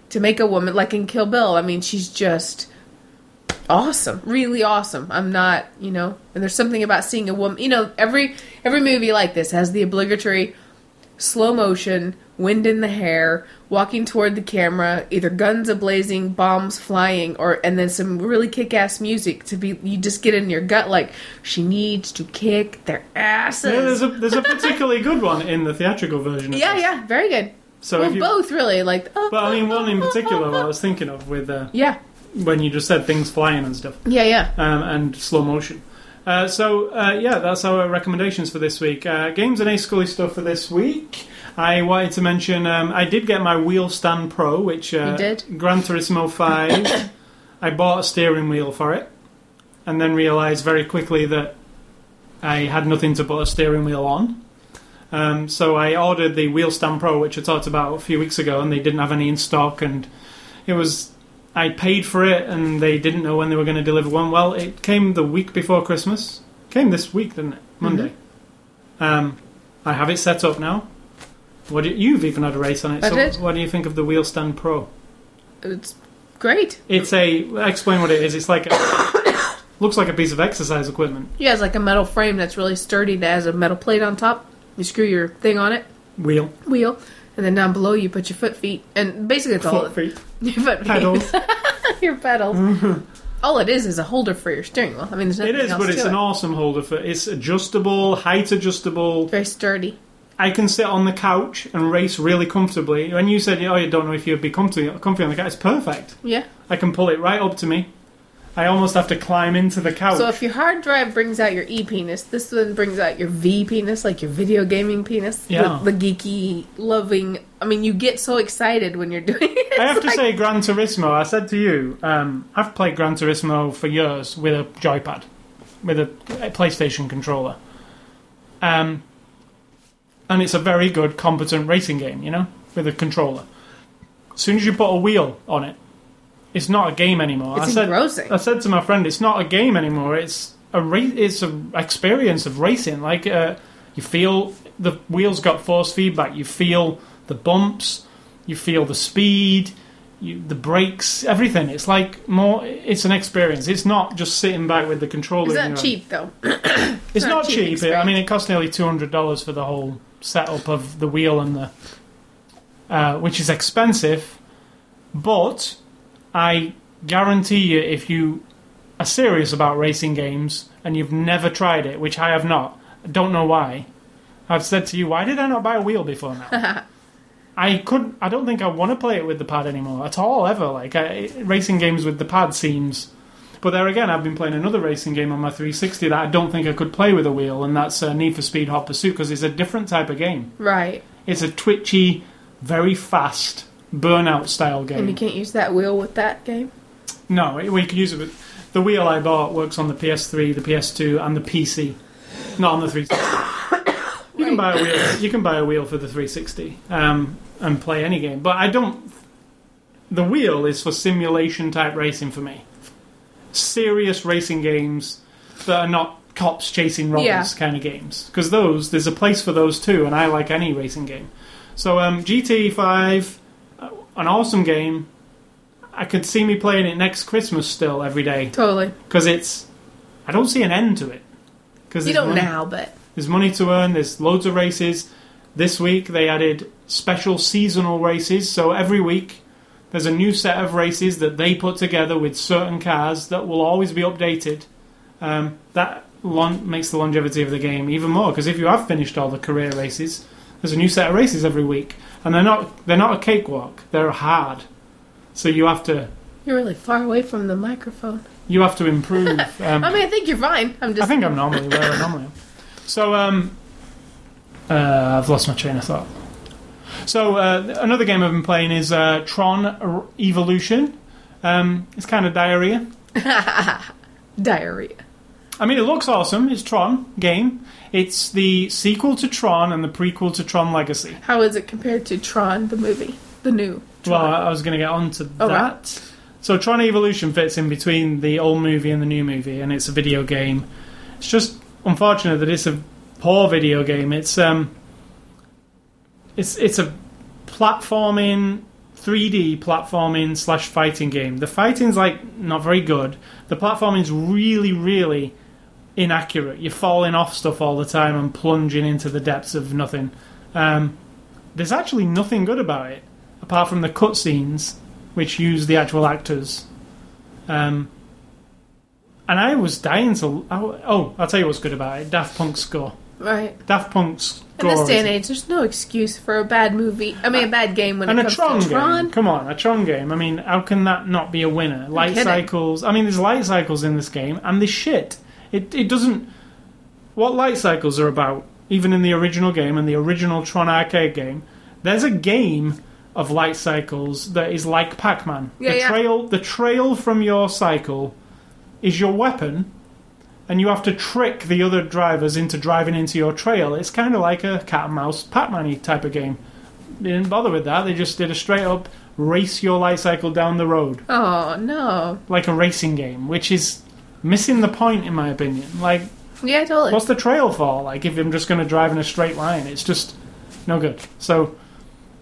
S2: to make a woman like in Kill Bill. I mean, she's just awesome, really awesome. I'm not, you know, and there's something about seeing a woman. You know, every every movie like this has the obligatory slow motion, wind in the hair, walking toward the camera, either guns a blazing, bombs flying, or and then some really kick ass music to be. You just get in your gut like she needs to kick their asses.
S1: yeah, there's a there's a particularly good one in the theatrical version. Of
S2: yeah,
S1: this.
S2: yeah, very good.
S1: So
S2: well,
S1: if you,
S2: both really like. uh,
S1: but I mean, one in particular I was thinking of with uh,
S2: Yeah,
S1: when you just said things flying and stuff.
S2: yeah, yeah.
S1: um, and slow motion. Uh, so uh, yeah, that's our recommendations for this week. Uh, games and A Scully stuff for this week. I wanted to mention um, I did get my Wheel Stand Pro, which uh,
S2: You did?
S1: Gran Turismo Five. I bought a steering wheel for it, and then realised very quickly that I had nothing to put a steering wheel on. Um, so I ordered the Wheel Stand Pro, which I talked about a few weeks ago, and they didn't have any in stock, and it was I paid for it, and they didn't know when they were going to deliver one. Well, it came the week before Christmas. Came this week, didn't it?
S2: Mm-hmm.
S1: Monday. Um, I have it set up now. What do, you've even had a race on it.
S2: I
S1: so
S2: did.
S1: What do you think of the Wheel Stand Pro?
S2: It's great.
S1: It's a explain what it is. It's like a looks like a piece of exercise equipment.
S2: Yeah, it's like a metal frame that's really sturdy that has a metal plate on top. You screw your thing on it,
S1: Wheel,
S2: wheel, and then down below you put your foot feet, and basically it's all
S1: foot, feet,
S2: your foot feet.
S1: pedals. Mm-hmm.
S2: your pedals. All it is is a holder for your steering wheel. I mean, there's nothing
S1: it is,
S2: else
S1: but
S2: to
S1: it's
S2: it.
S1: an awesome holder for. It's adjustable, height adjustable.
S2: Very sturdy.
S1: I can sit on the couch and race really comfortably. When you said, "Oh, you don't know if you'd be comfy, comfy on the couch," it's perfect.
S2: Yeah,
S1: I can pull it right up to me. I almost have to climb into the couch.
S2: So if your hard drive brings out your E penis, this one brings out your V penis, like your video gaming penis.
S1: Yeah.
S2: The, the geeky, loving. I mean, you get so excited when you're doing it.
S1: I have
S2: It's
S1: to
S2: like-
S1: say, Gran Turismo. I said to you, um, I've played Gran Turismo for years with a joypad, with a, a PlayStation controller, um, and it's a very good, competent racing game. You know, with a controller. As soon as you put a wheel on it, it's not a game anymore.
S2: It's
S1: I said,
S2: engrossing.
S1: I said to my friend, it's not a game anymore. It's a ra- it's an experience of racing. Like uh, you feel the wheels got force feedback. You feel the bumps. You feel the speed. You, the brakes, everything. It's like more. It's an experience. It's not just sitting back with the controller.
S2: It's
S1: in
S2: not
S1: your hand.
S2: cheap though.
S1: It's
S2: not
S1: not,
S2: cheap
S1: cheap. It- I
S2: experience.
S1: mean, it cost nearly two hundred dollars for the whole setup of the wheel and the, uh, which is expensive. But I guarantee you, if you are serious about racing games and you've never tried it, which I have not, I don't know why. I've said to you, why did I not buy a wheel before now? I couldn't. I don't think I want to play it with the pad anymore at all, ever. Like I, racing games with the pad seems. But there again, I've been playing another racing game on my 360 that I don't think I could play with a wheel, and that's uh, Need for Speed Hot Pursuit because it's a different type of game.
S2: Right.
S1: It's a twitchy, very fast burnout style
S2: And you
S1: game.
S2: can't use that wheel with that game.
S1: No, it- we could use it with the wheel I bought works on the PS3, the PS2, and the PC, not on the 360. you can buy a wheel. You can buy a wheel for the 360 um, and play any game. But I don't. The wheel is for simulation type racing for me. Serious racing games that are not cops chasing robbers
S2: Yeah.
S1: kind of games because those there's a place for those too, and I like any racing game. So um, GT Five, an awesome game. I could see me playing it next Christmas still every day
S2: Totally.
S1: because it's. I don't see an end to it. Cause
S2: You
S1: there's
S2: don't
S1: money-
S2: now, but
S1: There's money to earn. There's loads of races. This week they added special seasonal races, so every week there's a new set of races that they put together with certain cars that will always be updated. Um, that lon- makes the longevity of the game even more because if you have finished all the career races, there's a new set of races every week, and they're not they're not a cakewalk. They're hard, so you have to
S2: you're really far away from the microphone.
S1: you have to improve. Um,
S2: I mean, I think you're fine. I'm just.
S1: I think I'm normally where I normally am. So, um, uh, I've lost my train of thought. So, uh, another game I've been playing is uh, Tron R- Evolution. Um, it's kind of diarrhea.
S2: diarrhea.
S1: I mean, it looks awesome. It's Tron game. It's the sequel to Tron and the prequel to Tron Legacy.
S2: How is it compared to Tron the movie, the new? Tron?
S1: Well, I was going to get on to
S2: Oh,
S1: that.
S2: right.
S1: So Tron Evolution fits in between the old movie and the new movie, and it's a video game. It's just unfortunate that it's a poor video game. It's um, it's it's a platforming 3D platforming slash fighting game. The fighting's like not very good. The platforming's really really inaccurate. You're falling off stuff all the time and plunging into the depths of nothing. Um, there's actually nothing good about it apart from the cutscenes, which use the actual actors. Um, and I was dying to. I, oh, I'll tell you what's good about it. Daft Punk's score.
S2: right.
S1: Daft Punk's
S2: In
S1: score.
S2: this day
S1: is-
S2: and age, there's no excuse for a bad movie. I mean, a bad game when
S1: and
S2: it
S1: a
S2: comes
S1: Tron,
S2: to Tron.
S1: game. Come on, a Tron game. I mean, how can that not be a winner? Light
S2: kidding.
S1: cycles. I mean, there's light cycles in this game, and this shit. It it doesn't. What light cycles are about, even in the original game and the original Tron arcade game, there's a game of light cycles that is like Pac-Man.
S2: Yeah,
S1: the
S2: yeah.
S1: trail, the trail from your cycle, is your weapon. And you have to trick the other drivers into driving into your trail. It's kind of like a cat and mouse Pac-Man type of game. They didn't bother with that. They just did a straight up race your light cycle down the road,
S2: Oh no.
S1: like a racing game, which is missing the point, in my opinion. Like,
S2: Yeah, totally.
S1: what's the trail for? Like, if I'm just going to drive in a straight line, it's just no good. So,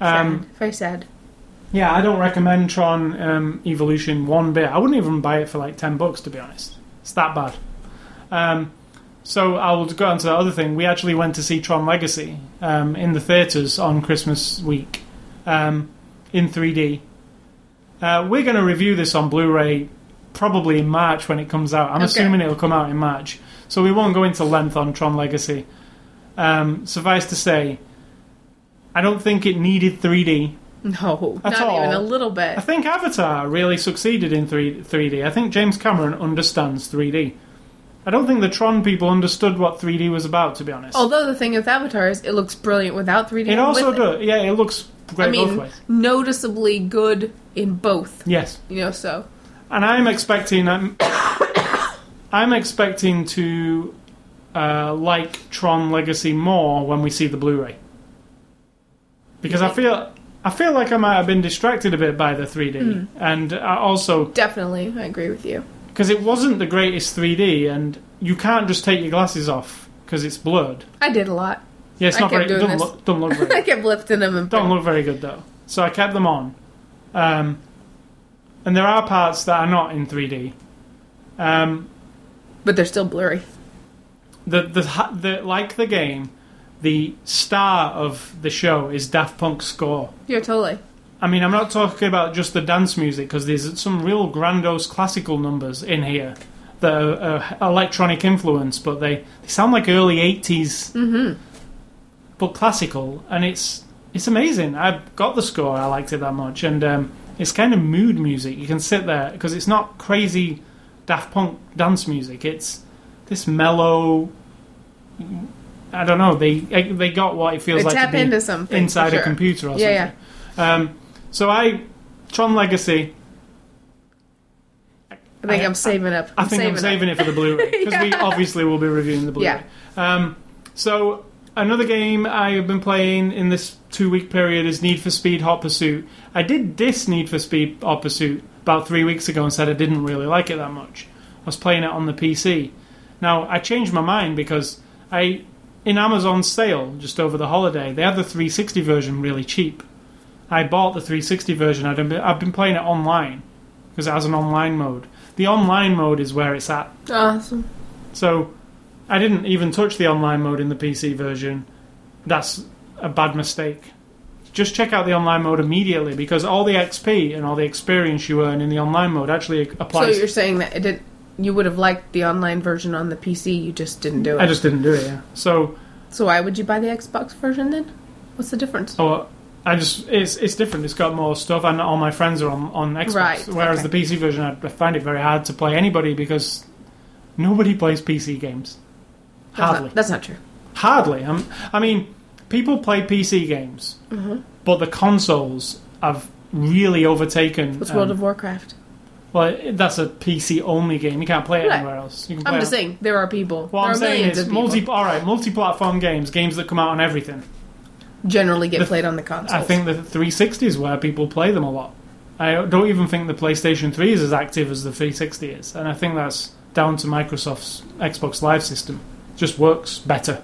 S1: um,
S2: sad. Very sad.
S1: yeah, I don't recommend Tron um, Evolution one bit. I wouldn't even buy it for like 10 bucks, to be honest. It's that bad. Um, so I'll go on to that other thing. We actually went to see Tron Legacy um, in the theatres on Christmas week um, in 3D. Uh, we're going to review this on Blu ray probably in March when it comes out. I'm
S2: Okay.
S1: assuming it'll come out in March. So we won't go into length on Tron Legacy. Um, suffice to say, I don't think it needed 3D.
S2: No,
S1: At
S2: not
S1: all.
S2: even a little
S1: I
S2: bit.
S1: think Avatar really succeeded in 3, 3D. I think James Cameron understands 3D. I don't think the Tron people understood what 3D was about, to be honest.
S2: Although the thing with Avatar is it looks brilliant without 3D.
S1: it
S2: and
S1: also
S2: Oh, with it.
S1: does. Yeah, it looks great
S2: I
S1: both
S2: mean,
S1: ways.
S2: noticeably good in both.
S1: Yes.
S2: You know, so
S1: And I'm expecting I'm, I'm expecting to uh, like Tron Legacy more when we see the Blu-ray. Because I feel I feel like I might have been distracted a bit by the 3D,
S2: Hmm.
S1: and I also
S2: definitely, I agree with you.
S1: because it wasn't the greatest 3D, and you can't just take your glasses off because it's blurred.
S2: I did a lot.
S1: Yeah, it's
S2: I
S1: not
S2: kept
S1: very.
S2: doing
S1: Doesn't
S2: this.
S1: look, doesn't look very.
S2: I kept lifting them and
S1: don't look very good though. So I kept them on. Um, and there are parts that are not in 3D. Um,
S2: but they're still blurry.
S1: the the the like the game, the star of the show is Daft Punk's score.
S2: Yeah, totally.
S1: I mean, I'm not talking about just the dance music because there's some real grandiose classical numbers in here that are, are electronic influence, but they, they sound like early '80s,
S2: Mm-hmm.
S1: but classical, and it's it's amazing. I got the score, I liked it that much, and um, it's kind of mood music. You can sit there because it's not crazy Daft Punk dance music. It's this mellow. I don't know. They they got what it feels
S2: They
S1: like
S2: tap
S1: to be
S2: into something
S1: inside
S2: for
S1: a
S2: sure.
S1: computer or
S2: Yeah,
S1: something. Um, so I Tron Legacy.
S2: I think
S1: I-
S2: I, am saving up.
S1: I think I'm saving it for the Blu-ray because we
S2: Yeah.
S1: obviously will be reviewing the Blu-ray. Um, so another game I have been playing in this two-week period is Need for Speed Hot Pursuit. I did diss Need for Speed Hot Pursuit about three weeks ago and said I didn't really like it that much. I was playing it on the PC. Now I changed my mind because I in Amazon's sale just over the holiday they have the 360 version really cheap. I bought the 360 version. I've been, I've been playing it online because it has an online mode. The online mode is where it's at.
S2: it. Awesome.
S1: So I didn't even touch the online mode in the PC version. That's a bad mistake. Just check out the online mode immediately because all the XP and all the experience you earn in the online mode actually
S2: So
S1: applies.
S2: you're saying that it didn't? You would have liked the online version on the PC. You just didn't do it.
S1: I just didn't do it. Yeah. So
S2: so why would you buy the Xbox version then? What's the difference?
S1: oh, I just it's it's different. It's got more stuff, and all my friends are on on Xbox.
S2: Right,
S1: Whereas
S2: okay.
S1: the PC version, I I find it very hard to play anybody because nobody plays PC games.
S2: That's
S1: Hardly.
S2: Not, that's not true.
S1: Hardly. i I mean, people play PC games,
S2: Mm-hmm.
S1: but the consoles have really overtaken.
S2: What's
S1: um,
S2: World of Warcraft?
S1: well, that's a PC only game. You can't play it
S2: Right.
S1: anywhere else. You can play
S2: I'm just
S1: it-
S2: saying there are people.
S1: What
S2: there
S1: I'm
S2: are
S1: saying
S2: millions
S1: is
S2: of people
S1: multi. All right, multi-platform games, games that come out on everything.
S2: generally get
S1: the-
S2: played on the consoles.
S1: I think the 360 is where people play them a lot. I don't even think the PlayStation 3 is as active as the 360 is, and I think that's down to Microsoft's Xbox Live system. just works better.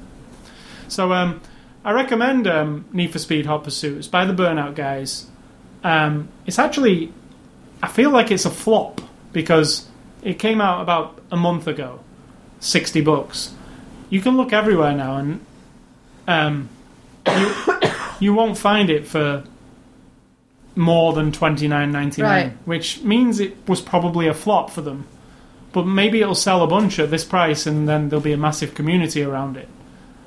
S1: So um, I recommend um, Need for Speed Hot Pursuit. It's by the Burnout guys. Um, it's actually, I feel like it's a flop because it came out about a month ago, sixty bucks. You can look everywhere now, and um, you you won't find it for more than twenty nine ninety nine,
S2: Right.
S1: which means it was probably a flop for them. But maybe it'll sell a bunch at this price, and then there'll be a massive community around it.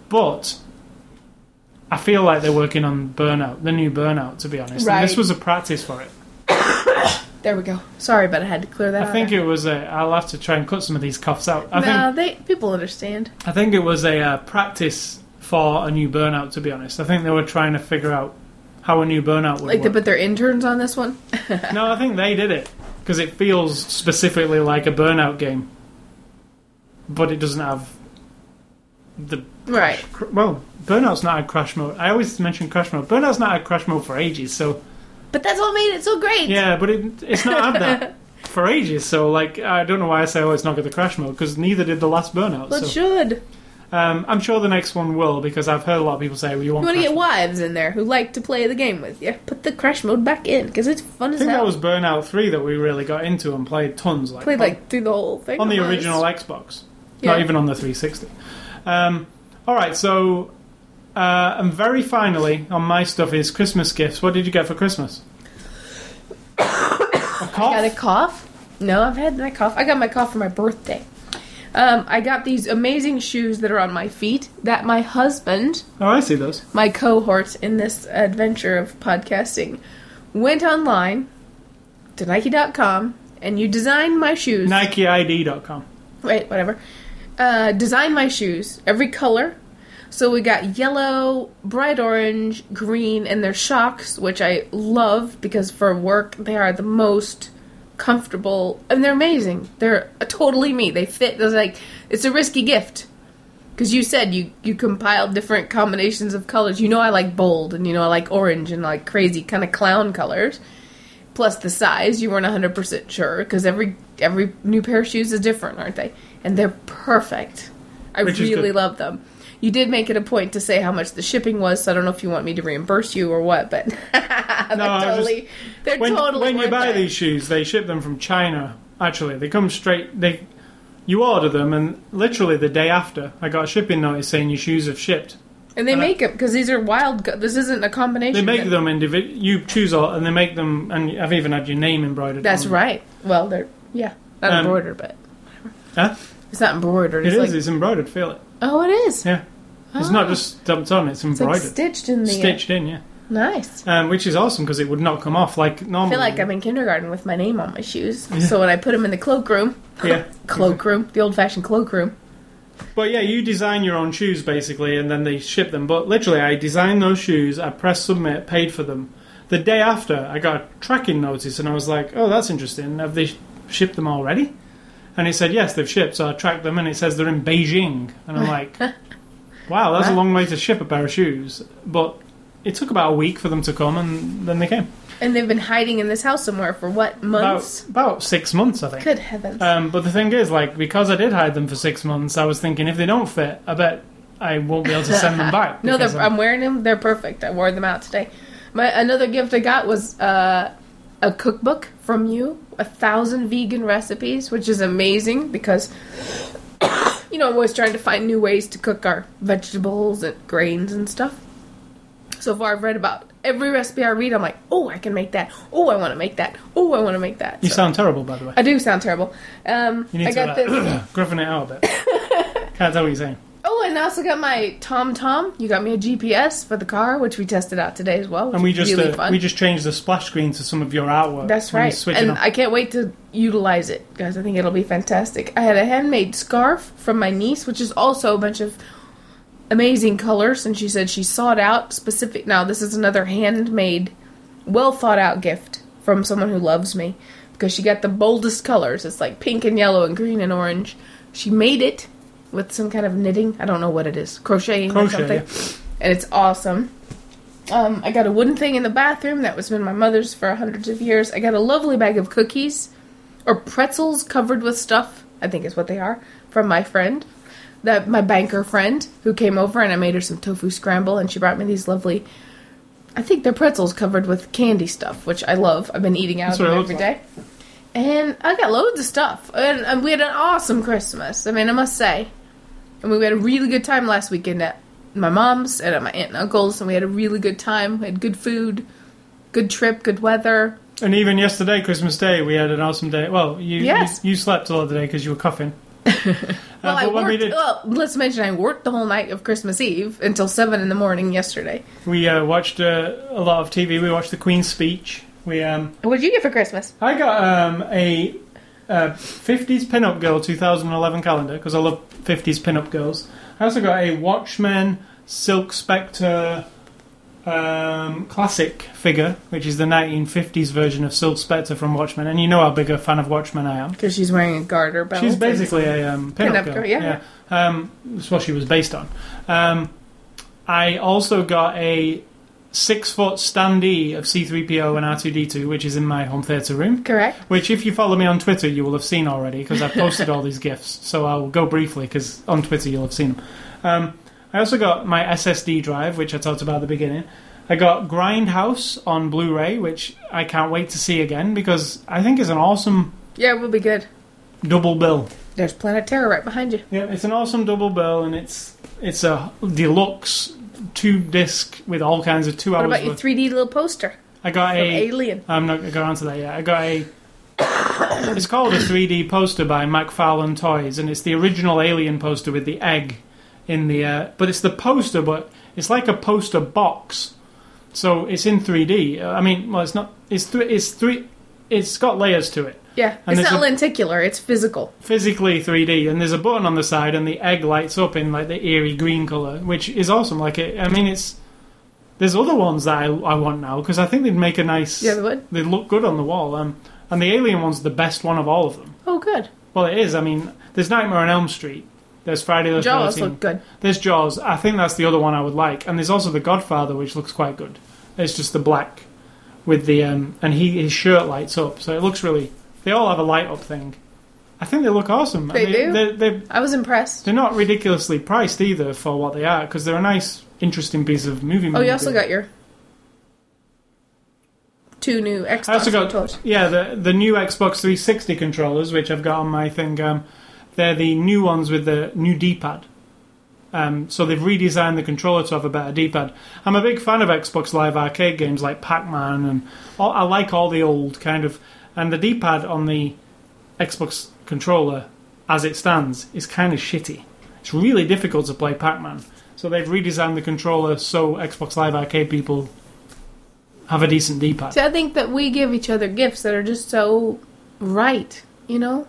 S1: But I feel like they're working on Burnout, the new Burnout, to be honest. And this
S2: Right.
S1: was a practice for it.
S2: There we go. Sorry, but I had to clear that.
S1: I think it was a. I'll have to try and cut some of these coughs out. I
S2: no,
S1: think
S2: they people understand.
S1: I think it was a uh, practice for a new burnout. To be honest, I think they were trying to figure out how a new burnout would
S2: Like they
S1: work.
S2: put their interns on this one.
S1: no, I think they did it because it feels specifically like a burnout game, but it doesn't have the
S2: Right.
S1: cr- well. Burnout's not a crash mode. I always mention crash mode. Burnout's not a crash mode for ages, so
S2: But that's what made it so great.
S1: Yeah, but it, it's not had that for ages. So like, I don't know why I say, oh, it's not got the crash mode because neither did the last burnout.
S2: Well,
S1: so
S2: it should.
S1: um, I'm sure the next one will because I've heard a lot of people say, well, you want.
S2: You want
S1: crash
S2: to get
S1: mode.
S2: wives in there who like to play the game with you. Put the crash mode back in because it's fun
S1: I
S2: as
S1: think that
S2: hell.
S1: was Burnout Three that we really got into and played tons. Like
S2: Played
S1: on-
S2: like through the whole thing
S1: on the
S2: almost.
S1: original Xbox, not
S2: Yeah.
S1: even on the 360. Um, all right, so. Uh, and very finally, on my stuff is Christmas gifts. What did you get for Christmas? A cough?
S2: Got a cough? No, I've had my cough. I got my cough for my birthday. Um, I got these amazing shoes that are on my feet that my husband,
S1: oh, I see those.
S2: my cohort in this adventure of podcasting, went online to Nike.com and you designed my shoes.
S1: NikeID.com.
S2: Wait, whatever. Uh, designed my shoes, every color. So we got yellow, bright orange, green, and their shocks, which I love because for work they are the most comfortable and they're amazing. They're totally me. They fit. There's like it's a risky gift because you said you you compiled different combinations of colors. You know I like bold and you know I like orange and like crazy kind of clown colors. Plus the size, you weren't 100% sure because every every new pair of shoes is different, aren't they? And they're perfect. I
S1: Which is
S2: really
S1: good.
S2: love them. You did make it a point to say how much the shipping was, so I don't know if you want me to reimburse you or what, but they're
S1: No, I was
S2: totally they're
S1: When,
S2: totally
S1: when you
S2: worth
S1: buy
S2: it.
S1: these shoes, they ship them from China. Actually, they come straight. They, you order them, and literally the day after, I got a shipping notice saying your shoes have shipped.
S2: And they
S1: And I-
S2: make it because these are wild. Go- this isn't a combination.
S1: uh, They make
S2: that-
S1: them individual. You choose all, and they make them. And I've even had your name embroidered.
S2: That's
S1: on them.
S2: right. Well, they're yeah, not
S1: Um,
S2: embroidered, but
S1: Huh?
S2: it's not embroidered.
S1: It
S2: It's
S1: is.
S2: like
S1: it's embroidered. Feel it.
S2: oh, it is.
S1: Yeah. It's
S2: Ah.
S1: not just dumped on. It's
S2: It's like
S1: embroidered,
S2: stitched in the uh,
S1: stitched in. Yeah.
S2: Nice.
S1: Um, which is awesome because it would not come off like
S2: I
S1: normally.
S2: feel like I'm in kindergarten with my name on my shoes. So when I put them in the cloakroom,
S1: Yeah.
S2: cloakroom, the old-fashioned cloakroom.
S1: But yeah, you design your own shoes basically, and then they ship them. But literally, I designed those shoes. I pressed submit, paid for them. The day after, I got a tracking notice, and I was like, "Oh, that's interesting. Have they sh- shipped them already?" And it said, "Yes, they've shipped." So I tracked them, and it says they're in Beijing, and I'm like, "Wow, that's a
S2: Wow.
S1: long way to ship a pair of shoes." But it took about a week for them to come, and then they came.
S2: And they've been hiding in this house somewhere for what months?
S1: About, about six months, I think.
S2: Good heavens!
S1: Um, but the thing is, like, because I did hide them for six months, I was thinking if they don't fit, I bet I won't be able to send them back.
S2: no,
S1: because uh,
S2: they're, I'm wearing them. They're perfect. I wore them out today. My another gift I got was uh, a cookbook from you, a thousand vegan recipes, which is amazing because you know I'm always trying to find new ways to cook our vegetables and grains and stuff. So far, I've read about every recipe I read. I'm like, oh, I can make that. Oh, I want to make that. Oh, I want to make that.
S1: You
S2: So-
S1: sound terrible, by the way.
S2: I do sound terrible. Um,
S1: You need
S2: I
S1: to uh,
S2: got
S1: like,
S2: this.
S1: gruffing it out a bit. Can't tell what you're saying.
S2: Oh, and I also got my Tom Tom. You got me a GPS for the car, which we tested out today as well. which
S1: And we
S2: was
S1: just
S2: really
S1: uh,
S2: fun.
S1: we just changed the splash screen to some of your artwork.
S2: that's
S1: when you
S2: right.
S1: switch it
S2: And
S1: on.
S2: I can't wait to utilize it, guys. I think it'll be fantastic. I had a handmade scarf from my niece, which is also a bunch of amazing colors, and she said she sought out specific. Now, this is another handmade, well thought out gift from someone who loves me because she got the boldest colors. It's like pink and yellow and green and orange. She made it with some kind of knitting. I don't know what it is, crocheting or
S1: Crochet,
S2: something, and it's awesome. Um, I got a wooden thing in the bathroom that was been my mother's for hundreds of years. I got a lovely bag of cookies or pretzels covered with stuff. I think is what they are from my friend, that my banker friend who came over and I made her some tofu scramble and she brought me these lovely. I think they're pretzels covered with candy stuff, which I love. I've been eating out
S1: That's
S2: of
S1: what
S2: them
S1: it
S2: every
S1: looks
S2: day. And I got loads of stuff, and, and we had an awesome Christmas. I mean, I must say, and we had a really good time last weekend at my mom's and at my aunt and uncle's, and we had a really good time. We had good food, good trip, good weather.
S1: And even yesterday, Christmas Day, we had an awesome day. Well, you
S2: Yes.
S1: you, you slept a lot today because you were coughing. Uh,
S2: Well, I
S1: but when
S2: worked.
S1: we did,
S2: well, let's mention I worked the whole night of Christmas Eve until seven in the morning yesterday.
S1: we uh, watched uh, a lot of TV. We watched the Queen's speech. We um,
S2: What did you get for Christmas?
S1: I got um, a, uh 50s pinup girl 2011 calendar because I love 50s pinup girls. I also got a Watchmen Silk Spectre um, classic figure, which is the 1950s version of Silk Spectre from Watchmen. And you know how big a fan of Watchmen I am.
S2: Because she's wearing a garter belt.
S1: She's basically a um, pinup,
S2: Pinup
S1: girl.
S2: girl, yeah.
S1: Um, that's what she was based on. Um, I also got a six foot standee of C3PO and R2D2, which is in my home theatre room.
S2: correct.
S1: Which, if you follow me on Twitter, you will have seen already because I've posted all these gifts. So I'll go briefly because on Twitter you'll have seen them. Um, I also got my SSD drive, which I talked about at the beginning. I got Grindhouse on Blu ray, which I can't wait to see again because I think it's an awesome
S2: Yeah, we'll be good.
S1: double bill.
S2: There's Planet Terror right behind you.
S1: Yeah, it's an awesome double bill and it's it's a deluxe two disc with all kinds of two
S2: What
S1: hours
S2: about your
S1: worth.
S2: 3D little poster
S1: I got
S2: from
S1: a
S2: Alien?
S1: I'm not going to go on to that yet. I got a. it's called a 3D poster by MacFarlane Toys, and it's the original Alien poster with the egg in the. Uh, but it's the poster, but it's like a poster box, So it's in 3D. Uh, I mean, well, it's not. It's three. It's three. It's got layers to it.
S2: Yeah,
S1: And
S2: it's
S1: there's
S2: not
S1: a-
S2: lenticular; it's physical.
S1: Physically 3D, and there's a button on the side, and the egg lights up in like the eerie green color, which is awesome. Like, it, I mean, it's there's other ones that I, I want now because I think they'd make a nice.
S2: Yeah, they would.
S1: They look good on the wall. Um, and the alien one's the best one of all of them.
S2: Oh, good.
S1: Well, it is. I mean, there's Nightmare on Elm Street. There's Friday the
S2: Jaws
S1: 13th.
S2: look good.
S1: There's Jaws. I think that's the other one I would like, and there's also The Godfather, which looks quite good. It's just the black with the um, and he his shirt lights up, so it looks really. They all have a light up thing. I think they look awesome.
S2: They
S1: And
S2: do?
S1: They're, they're,
S2: I was impressed.
S1: they're not ridiculously priced either for what they are, because they're a nice, interesting piece of movie.
S2: Oh, you
S1: memorabilia.
S2: also got your two new Xbox
S1: I also got
S2: controllers.
S1: yeah the the new Xbox 360 controllers, which I've got on my thing. Um, they're the new ones with the new D-pad. Um, so they've redesigned the controller to have a better D-pad. I'm a big fan of Xbox Live arcade games like Pac-Man, and all, I like all the old kind of. And the D-pad on the Xbox controller, as it stands, is kind of shitty. It's really difficult to play Pac-Man. So they've redesigned the controller so Xbox Live arcade people have a decent D-pad.
S2: See, I think that we give each other gifts that are just so right. You know,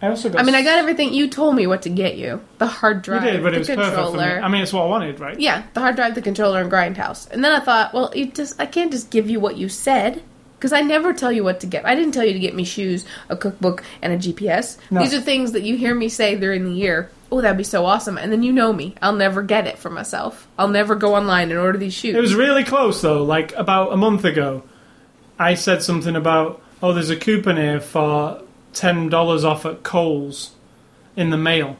S1: I also got.
S2: I mean, I got everything you told me what to get you: the hard
S1: You
S2: drive,
S1: did, but
S2: the
S1: it was perfect for me.
S2: controller.
S1: I mean, it's what I wanted, right?
S2: yeah, the hard drive, the controller, and Grindhouse. And then I thought, well, you just I can't just give you what you said because I never tell you what to get. I didn't tell you to get me shoes, a cookbook, and a GPS.
S1: No.
S2: These are things that you hear me say during the year. Oh, that'd be so awesome! And then you know me. I'll never get it for myself. I'll never go online and order these shoes.
S1: It was really close though. Like about a month ago, I said something about oh, there's a coupon here for ten dollars off at Coles in the mail.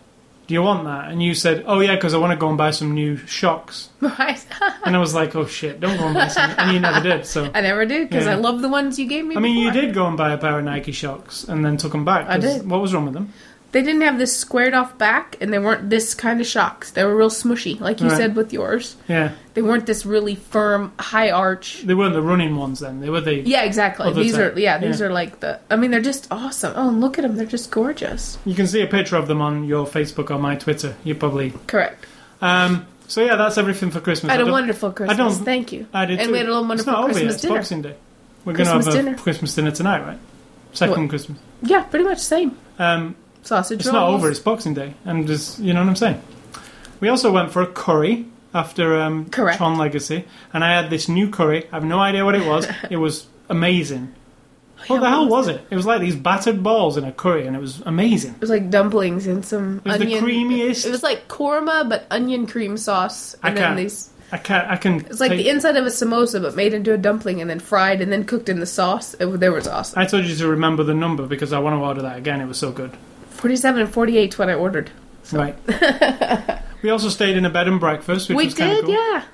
S1: Do you want that? And you said, oh yeah, because I want to go and buy some new shocks.
S2: right?
S1: And I was like, oh shit, don't go and buy some. And you never did. So
S2: I never did because
S1: Yeah.
S2: I love the ones you gave me.
S1: I mean, you
S2: before.
S1: did go and buy a pair of Nike shocks and then took them back.
S2: I
S1: 'cause
S2: did.
S1: What was wrong with them?
S2: They didn't have this squared off back, and they weren't this kind of shocks. They were real smushy, like you
S1: Right.
S2: said with yours.
S1: Yeah,
S2: They weren't this really firm, high arch.
S1: they weren't the running ones then. They were the
S2: Yeah, exactly.
S1: Other
S2: these
S1: type.
S2: are yeah, these
S1: Yeah.
S2: are like the. I mean, they're just awesome. Oh, and look at them. They're just gorgeous.
S1: You can see a picture of them on your Facebook or my Twitter. You probably.
S2: Correct.
S1: Um, so yeah, that's everything for Christmas.
S2: I had a
S1: don't-
S2: wonderful Christmas.
S1: don't-
S2: Thank you.
S1: I did
S2: and
S1: too.
S2: we had a little
S1: It's
S2: wonderful
S1: not over yet,
S2: Christmas
S1: it's
S2: dinner.
S1: Boxing Day. We're going to have a
S2: Christmas dinner.
S1: Christmas dinner tonight, right? Second Christmas.
S2: Yeah, pretty much same
S1: Um,
S2: sausage.
S1: it's not
S2: rolls.
S1: over. It's Boxing Day. I'm just, you know what I'm saying. We also went for a curry after um,
S2: Correct.
S1: Tron Legacy, and I had this new curry. I have no idea what it was. it was amazing.
S2: yeah,
S1: What the
S2: what
S1: hell
S2: was
S1: was it? It was like these battered balls in a curry, and it was amazing.
S2: It was like dumplings and some
S1: It was the
S2: onion.
S1: creamiest-
S2: It was like korma, but onion cream sauce.
S1: I
S2: And then
S1: can't-
S2: these.
S1: I can, I can.
S2: It's like
S1: take-
S2: the inside of a samosa, but made into a dumpling and then fried and then cooked in the sauce. It, there was awesome.
S1: I told you to remember the number because I want to order that again. It was so good.
S2: Forty-seven and forty-eight when I ordered.
S1: Right. we also stayed in a bed and breakfast, which
S2: we
S1: was kind
S2: did,
S1: of cool.
S2: yeah.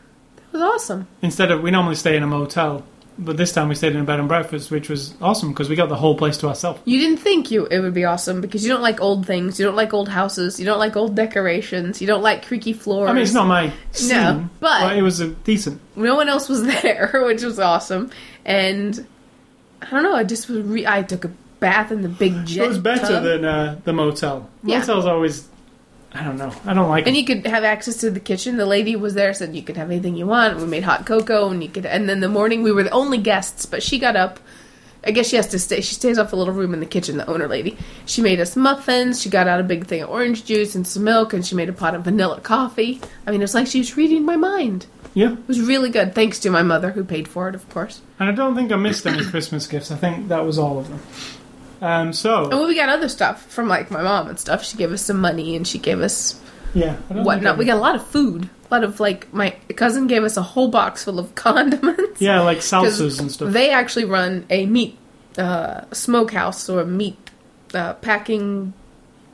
S2: That was awesome.
S1: Instead of we normally stay in a motel, but this time we stayed in a bed and breakfast, which was awesome because we got the whole place to ourselves.
S2: You didn't think you it would be awesome because you don't like old things, you don't like old houses, you don't like old decorations, you don't like creaky floors.
S1: I mean, it's not my scene,
S2: but-
S1: it was a decent.
S2: no one else was there, which was awesome. And I don't know, I just was re- I took a bath in the big jet.
S1: It was better
S2: tub.
S1: than uh, the motel.
S2: Yeah.
S1: Motels always, I don't know, I don't like.
S2: and
S1: it.
S2: you could have access to the kitchen. The lady was there, said you could have anything you want. We made hot cocoa, and you could. And then the morning we were the only guests, but she got up. I guess she has to stay. She stays off a little room in the kitchen. The owner lady. She made us muffins. She got out a big thing of orange juice and some milk, and she made a pot of vanilla coffee. I mean, it was like she was reading my mind.
S1: yeah,
S2: It was really good. Thanks to my mother who paid for it, of course.
S1: and I don't think I missed any Christmas gifts. I think that was all of them. Um,
S2: And
S1: so
S2: we got other stuff from like my mom and stuff. She gave us some money, and she gave us
S1: yeah, I don't think
S2: whatnot.
S1: I-
S2: We got a lot of food. A lot of like my cousin gave us a whole box full of condiments.
S1: yeah, like
S2: 'Cause
S1: salsas and stuff.
S2: They actually run a meat uh, smokehouse or a meat uh, packing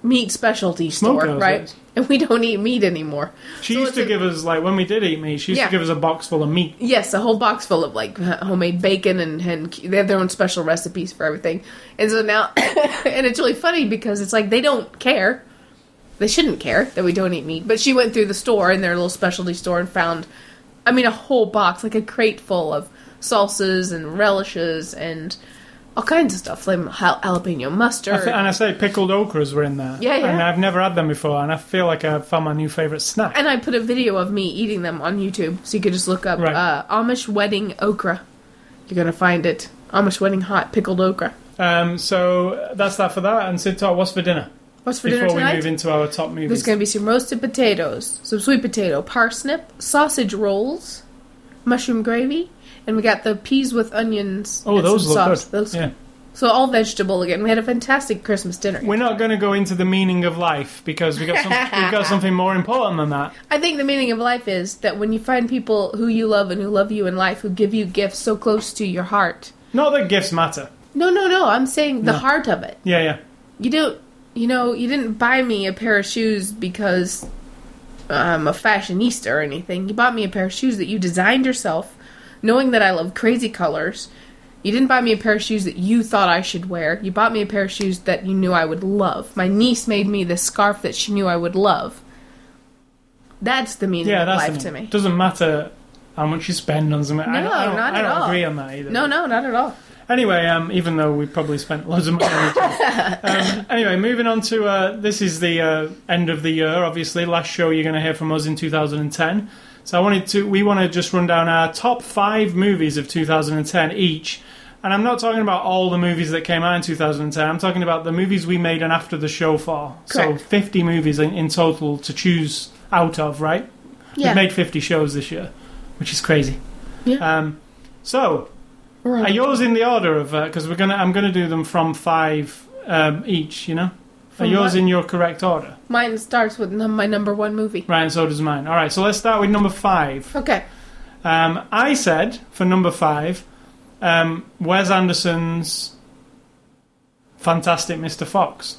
S2: meat specialty store,
S1: Smokehouse,
S2: right?
S1: yes.
S2: And we don't eat meat anymore.
S1: She
S2: So
S1: used
S2: it's
S1: to
S2: a-
S1: give us like when we did eat meat. She used
S2: Yeah.
S1: to give us a box full of meat.
S2: Yes, a whole box full of like homemade bacon and, and they have their own special recipes for everything. And so now, and it's really funny because it's like they don't care. They shouldn't care that we don't eat meat. But she went through the store in their little specialty store and found, I mean, a whole box, like a crate full of salsas and relishes and all kinds of stuff, like jal- jalapeno mustard.
S1: I thi- and I say pickled okras were in there.
S2: Yeah, yeah.
S1: And I've never had them before, and I feel like I've found my new favourite snack.
S2: and I put a video of me eating them on YouTube, so you could just look up
S1: Right.
S2: uh, Amish wedding okra. You're gonna find it. Amish wedding hot pickled okra.
S1: Um, so that's that for that. And Sid Talk, what's for dinner?
S2: What's for
S1: Before
S2: dinner
S1: we
S2: tonight?
S1: move into our top movies.
S2: There's going to be some roasted potatoes, some sweet potato, parsnip, sausage rolls, mushroom gravy, and we got the peas with onions.
S1: oh,
S2: and
S1: those
S2: some
S1: look
S2: sauce.
S1: good.
S2: Those-
S1: yeah.
S2: So all vegetable again. We had a fantastic Christmas dinner.
S1: We're not going to go into the meaning of life because we got some, we've got something more important than that.
S2: I think the meaning of life is that when you find people who you love and who love you in life, who give you gifts so close to your heart.
S1: Not that gifts matter.
S2: No, no, no. I'm saying the
S1: No.
S2: heart of it.
S1: Yeah, yeah.
S2: You don't. You know, you didn't buy me a pair of shoes because I'm a fashionista or anything. You bought me a pair of shoes that you designed yourself, knowing that I love crazy colors. You didn't buy me a pair of shoes that you thought I should wear. You bought me a pair of shoes that you knew I would love. My niece made me this scarf that she knew I would love. That's the meaning
S1: Yeah,
S2: of
S1: that's
S2: life
S1: the-
S2: to me.
S1: Doesn't matter how much you spend on something. I
S2: No,
S1: don't, I don't,
S2: not
S1: I
S2: at
S1: don't
S2: all.
S1: agree on that either.
S2: No, no, not at all.
S1: Anyway, um, even though we probably spent loads of money on each other. Um, anyway, moving on to uh, this is the uh, end of the year, obviously. Last show you're going to hear from us in 2010. So I wanted to, we want to just run down our top five movies of 2010 each. And I'm not talking about all the movies that came out in 2010. I'm talking about the movies we made and after the show for.
S2: Correct.
S1: So 50 movies in, in total to choose out of, right?
S2: Yeah,
S1: We've made 50 shows this year, which is crazy.
S2: Yeah.
S1: Um, so,
S2: we're on.
S1: are yours in the order of because we're gonna I'm gonna do them from five um, each. You know,
S2: From
S1: are yours
S2: what?
S1: in your correct order?
S2: Mine starts with num- my number one movie.
S1: Right, and so does mine. All right, so let's start with number five.
S2: Okay.
S1: Um, I said for number five, um, Wes Anderson's Fantastic Mr. Fox.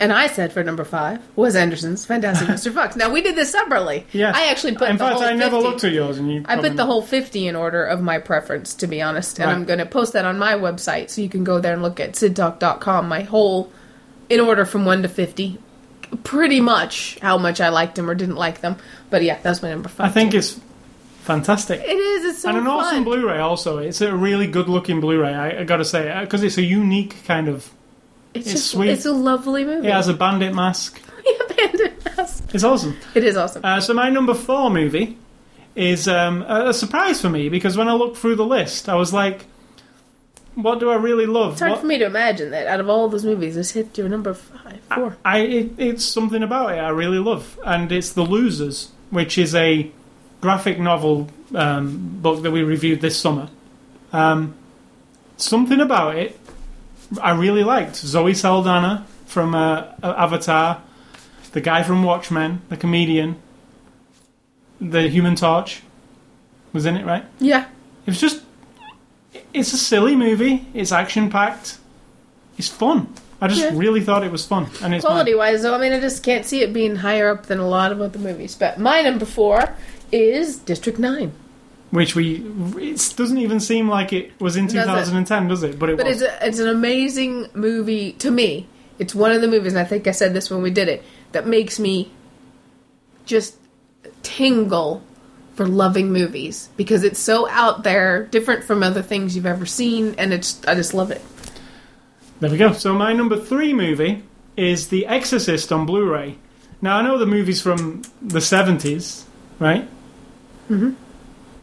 S2: And I said for number five was Anderson's Fantastic Mr. Fox. Now we did this separately.
S1: Yes.
S2: I actually put
S1: In
S2: the
S1: fact,
S2: whole
S1: I never
S2: 50
S1: looked at yours, and you.
S2: I
S1: probably
S2: put the
S1: know.
S2: whole fifty in order of my preference, to be honest. And
S1: Right.
S2: I'm gonna post that on my website so you can go there and look at sidtalk.com, my whole in order from one to fifty. Pretty much how much I liked them or didn't like them. But yeah, that's my number
S1: I
S2: five.
S1: think it's fantastic.
S2: it is, it's so
S1: and an
S2: fun.
S1: awesome Blu-ray. Also, it's a really good-looking Blu-ray. I, I got to say, because it's a unique kind of.
S2: it's,
S1: it's
S2: just
S1: sweet.
S2: it's a lovely movie.
S1: It has a bandit mask. It's awesome.
S2: it is awesome.
S1: Uh, so my number four movie is um, a, a surprise for me because when I looked through the list, I was like, "What do I really love?"
S2: it's hard
S1: What-
S2: for me to imagine that out of all those movies this hit your number five. Four.
S1: I it, it's something about it I really love, and it's The Losers, which is a graphic novel um, book that we reviewed this summer. Um, something about it I really liked. Zoe Saldana from uh, Avatar, the guy from Watchmen, the comedian, the Human Torch was in it, right?
S2: yeah.
S1: It was just. It's a silly movie. It's action packed. It's fun. I just
S2: Yeah.
S1: really thought it was fun, and it's mine.
S2: Quality wise, though, I mean, I just can't see it being higher up than a lot of other movies. But my number four is District 9.
S1: which we it doesn't even seem like it was in
S2: Does it?
S1: 2010 does it but it
S2: But
S1: was
S2: it's, a, it's an amazing movie to me. It's one of the movies, and I think I said this when we did it, that makes me just tingle for loving movies because it's so out there, different from other things you've ever seen, and it's I just love it.
S1: there we go so my number three movie is the exorcist on blu-ray now i know the movie's from the 70s right
S2: Mhm.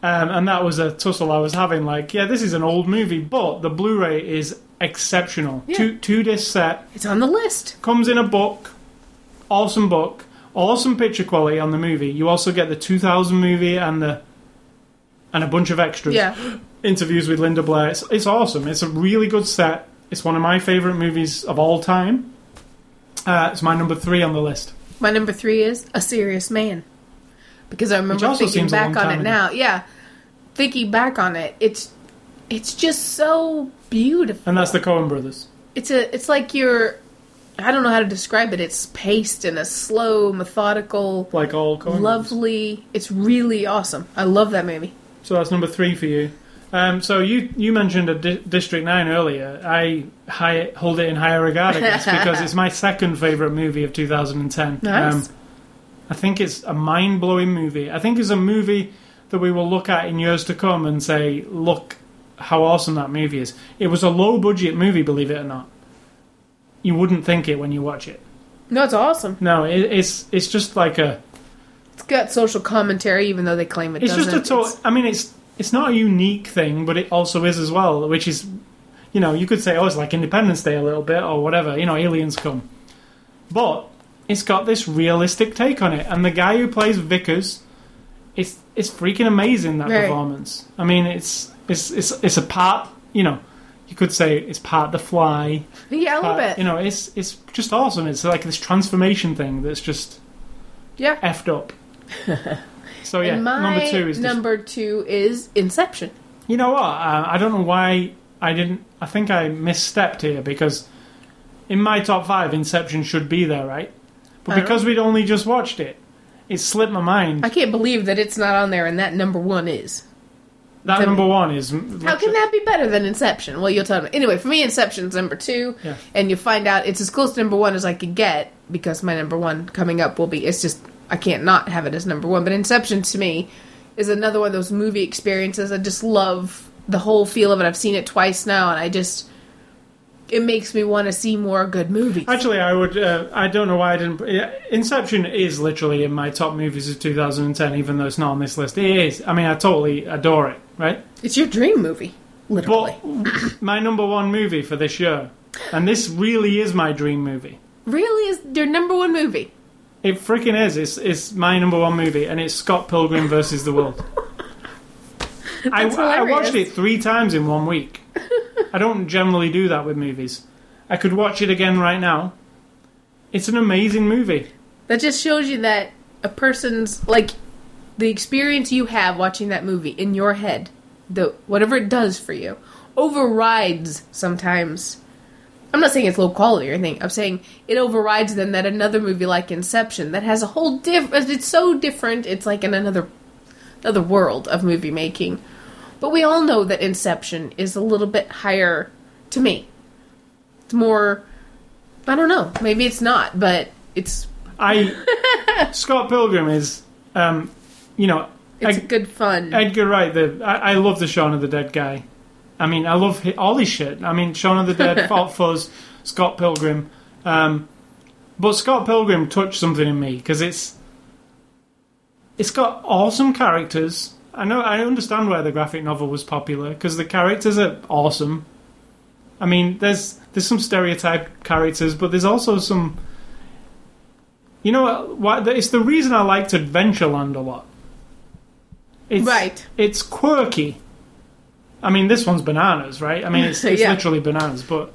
S1: um, and that was a tussle i was having like yeah this is an old movie but the blu-ray is exceptional
S2: Yeah.
S1: two two disc set
S2: It's on the list.
S1: comes in a book, awesome book, awesome picture quality on the movie. You also get the 2000 movie and the and a bunch of extras.
S2: Yeah.
S1: Interviews with Linda Blair. It's, it's awesome. It's a really good set. It's one of my favorite movies of all time. Uh, it's my number three on the list.
S2: My number three is A Serious Man. Because I remember
S1: also
S2: thinking
S1: seems a
S2: back
S1: long
S2: on
S1: time
S2: it
S1: ago.
S2: now. Yeah. Thinking back on it, it's it's just so beautiful.
S1: And that's the Coen brothers.
S2: It's a it's like you're I don't know how to describe it. It's paced in a slow, methodical,
S1: Like all Coen brothers.
S2: lovely. It's really awesome. I love that movie.
S1: So that's number three for you. Um, so you you mentioned a di- District Nine earlier. I high, hold it in higher regard, I guess, because it's my second favorite movie of 2010.
S2: Nice.
S1: Um, I think it's a mind blowing movie. I think it's a movie that we will look at in years to come and say, look how awesome that movie is. It was a low budget movie, believe it or not. You wouldn't think it when you watch it.
S2: No, it's awesome.
S1: No, it, it's it's just like a.
S2: It's got social commentary, even though they claim it
S1: It's
S2: doesn't.
S1: just a. To- I mean, it's it's not a unique thing, but it also is as well, which is, you know, you could say, oh, it's like Independence Day a little bit or whatever. You know, aliens come, but it's got this realistic take on it, and the guy who plays Vickers, it's it's freaking amazing that
S2: Right.
S1: performance. I mean, it's it's it's it's a part, you know. You could say it's part the fly,
S2: It's- yeah, a little
S1: part-
S2: bit.
S1: you know. It's it's just awesome. It's like this transformation thing that's just
S2: yeah.
S1: effed up. so oh, yeah,
S2: and my
S1: number two is this-
S2: number two is Inception.
S1: you know what? Uh, I don't know why I didn't. I think I misstepped here because in my top five, Inception should be there, right?
S2: I
S1: But
S2: don't
S1: because we'd only just watched it, it slipped my mind.
S2: Oh. I can't believe that it's not on there, and that number one is.
S1: that
S2: Tell
S1: number one is
S2: How can that be better than Inception? Well, you'll tell me. Anyway, for me, Inception's number two,
S1: Yeah.
S2: and you find out it's as close to number one as I could get because my number one coming up will be. It's just I can't not have it as number one. But Inception to me is another one of those movie experiences. I just love the whole feel of it. I've seen it twice now, and I just it makes me want to see more good movies.
S1: Actually, I would. Uh, I don't know why I didn't. yeah, Inception is literally in my top movies of 2010, even though it's not on this list. It is. I mean, I totally adore it, right?
S2: it's your dream movie, literally.
S1: But my number one movie for this year, and this really is my dream movie.
S2: really, is their number one movie?
S1: It freaking is. It's it's my number one movie, and it's Scott Pilgrim versus the World. I,
S2: That's
S1: I watched
S2: hilarious.
S1: it three times in one week. I don't generally do that with movies. I could watch it again right now. It's an amazing movie.
S2: That just shows you that a person's like the experience you have watching that movie in your head, the whatever it does for you, overrides sometimes. I'm not saying it's low quality or anything. I'm saying it overrides them that another movie like Inception that has a whole different. It's so different. It's like in another another world of movie making. But we all know that Inception is a little bit higher to me. It's more. I don't know. Maybe it's not, but it's
S1: I Scott Pilgrim is, um, you know,
S2: It's
S1: Ed-
S2: good fun.
S1: Edgar Wright. The I, I love the Shaun of the Dead guy. I mean, I love hi- all his shit. I mean, Shaun of the Dead, Fault Fuzz, Scott Pilgrim. Um, but Scott Pilgrim touched something in me because it's it's got awesome characters. I know I understand why the graphic novel was popular because the characters are awesome. I mean, there's there's some stereotyped characters, but there's also some. You know what? Why, it's the reason I liked Adventureland a lot. It's,
S2: right.
S1: it's quirky. I mean, this one's bananas, right? I mean, it's, it's
S2: Yeah.
S1: literally bananas, but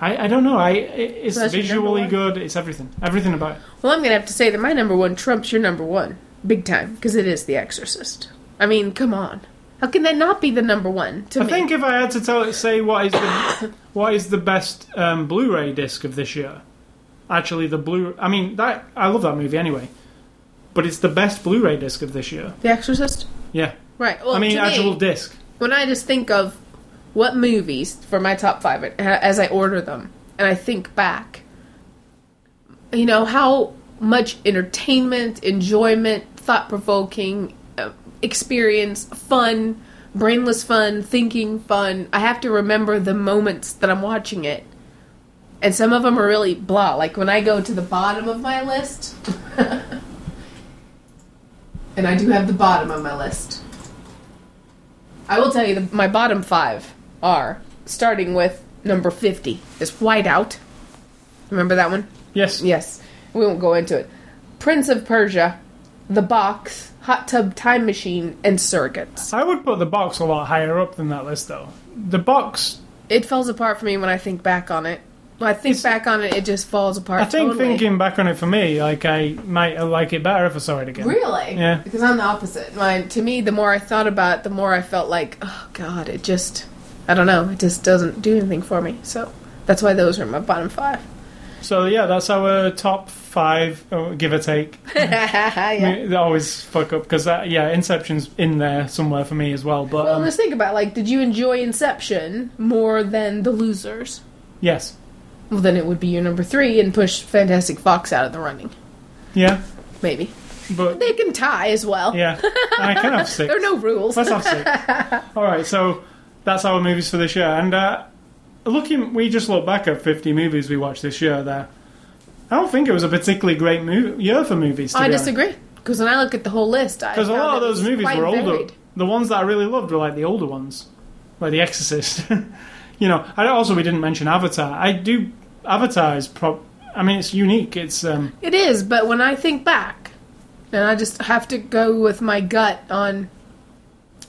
S1: I, I don't know. I it, it's
S2: So that's your
S1: visually
S2: number
S1: good. It's everything, everything about it.
S2: Well, I'm going to have to say that my number one trumps your number one. Big time. Because it is The Exorcist. I mean, come on. How can that not be the number one to
S1: I
S2: me?
S1: think if I had to tell, say what is the what is the best um, Blu-ray disc of this year? Actually, the blue. I mean, that I love that movie anyway, but it's the best Blu-ray disc of this year.
S2: the Exorcist?
S1: Yeah,
S2: Right. Well,
S1: I mean,
S2: to me,
S1: actual disc.
S2: when I just think of what movies for my top five and ha- as I order them, and I think back, you know, how much entertainment, enjoyment, thought provoking uh, experience, fun, brainless fun, thinking fun. I have to remember the moments that I'm watching it. And some of them are really blah. Like when I go to the bottom of my list, and I do have the bottom of my list. I will tell you that my bottom five are starting with number 50. This Whiteout. Remember that one?
S1: Yes.
S2: Yes. We won't go into it. Prince of Persia, The Box, Hot Tub Time Machine, and Surrogates.
S1: I would put the box a lot higher up than that list, though. The box
S2: It falls apart for me when I think back on it. When I think back on it, it just falls apart.
S1: I think
S2: totally.
S1: thinking back on it for me, like I might like it better if I saw it again.
S2: Really?
S1: Yeah.
S2: Because I'm the opposite. Mine, to me, the more I thought about it, the more I felt like, oh God, it just, I don't know, it just doesn't do anything for me. So that's why those are my bottom five.
S1: So yeah, that's our top five, oh, give or take. I
S2: yeah.
S1: mean, They always fuck up because that yeah, Inception's in there somewhere for me as well. But
S2: Well,
S1: um,
S2: let's think about like, did you enjoy Inception more than The Losers?
S1: yes,
S2: Well, then it would be your number three and push Fantastic Fox out of the running,
S1: yeah,
S2: maybe.
S1: but
S2: They can tie as well.
S1: yeah, I can have six.
S2: There are no rules.
S1: Let's have six. All right, so that's our movies for this year. And uh, looking, we just look back at 50 movies we watched this year. There, I don't think it was a particularly great mov year for movies. To
S2: I
S1: be
S2: disagree because when I look at the whole list, I
S1: Because a
S2: found
S1: lot of
S2: it
S1: those
S2: was
S1: movies
S2: quite
S1: were older.
S2: varied.
S1: The ones that I really loved were like the older ones, like The Exorcist. you know, I don't- also we didn't mention Avatar. I do Avatar is pro. I mean, it's unique. It's um,
S2: It is, but when I think back, and I just have to go with my gut on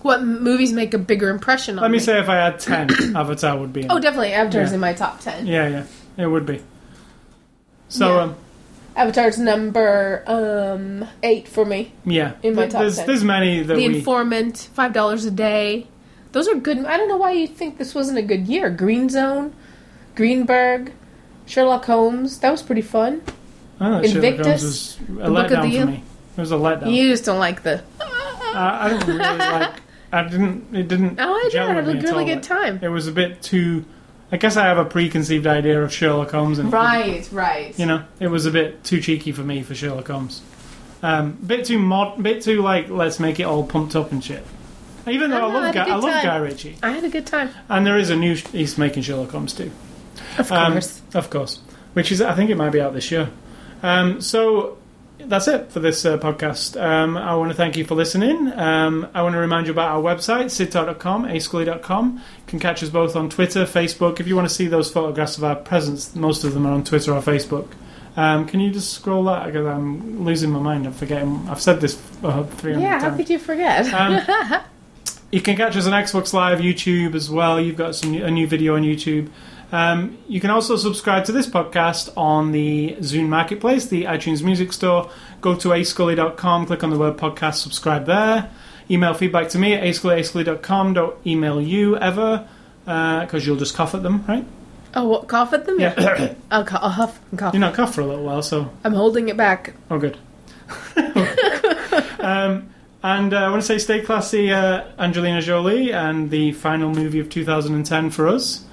S2: what m- movies make a bigger impression on
S1: let me say if I had ten, Avatar would be. In.
S2: Oh, definitely, Avatar's
S1: Yeah.
S2: in my top ten.
S1: yeah, yeah, it would be. So
S2: Yeah.
S1: um,
S2: Avatar's number um eight for me.
S1: yeah,
S2: In my
S1: Th-
S2: top
S1: there's
S2: 10.
S1: there's many that
S2: the
S1: we.
S2: Informant, five dollars a day. Those are good. I don't know why you think this wasn't a good year. Green Zone, Greenberg, Sherlock Holmes. That was pretty fun.
S1: oh, that Sherlock Holmes
S2: Invictus,
S1: was a
S2: Book of the
S1: letdown
S2: Year.
S1: for me. It was a letdown.
S2: You just don't like the.
S1: I, I don't really like. I didn't. It didn't.
S2: Oh, I did.
S1: gel
S2: I had
S1: with
S2: a
S1: me at
S2: really
S1: all.
S2: good time.
S1: It was a bit too. I guess I have a preconceived idea of Sherlock Holmes, and
S2: Right, right.
S1: you know, it was a bit too cheeky for me for Sherlock Holmes. Um, bit too mod, bit too like let's make it all pumped up and shit. Even though
S2: I
S1: I,
S2: know, I
S1: love
S2: had a
S1: Guy, I
S2: good
S1: love
S2: time.
S1: Guy Ritchie,
S2: I had a good time.
S1: and there is a new he's making Sherlock Holmes too,
S2: Of
S1: Um,
S2: course.
S1: of course, which is I think it might be out this year. Um, so that's it for this uh, podcast. Um, I want to thank you for listening. Um, I want to remind you about our website, sitar.com, ascully.com. You can catch us both on Twitter, Facebook. If you want to see those photographs of our presents, most of them are on Twitter or Facebook. Um, can you just scroll that? Because I'm losing my mind. I'm forgetting. I've said this uh, 300
S2: yeah, how
S1: times.
S2: could you forget?
S1: Um, you can catch us on Xbox Live, YouTube as well. You've got some a new video on YouTube. Um, you can also subscribe to this podcast on the Zune Marketplace, the iTunes Music Store. Go to ascully.com, click on the word podcast, subscribe there. Email feedback to me at ascully, ascully.com. Don't email you ever because you'll just cough at them, right?
S2: oh, what, cough at them?
S1: Yeah.
S2: I'll, cu- I'll huff and cough.
S1: You're not cough for a little while, so
S2: I'm holding it back.
S1: Oh, good. um, and uh, I want to say stay classy, uh, Angelina Jolie, and the final movie of 2010 for us.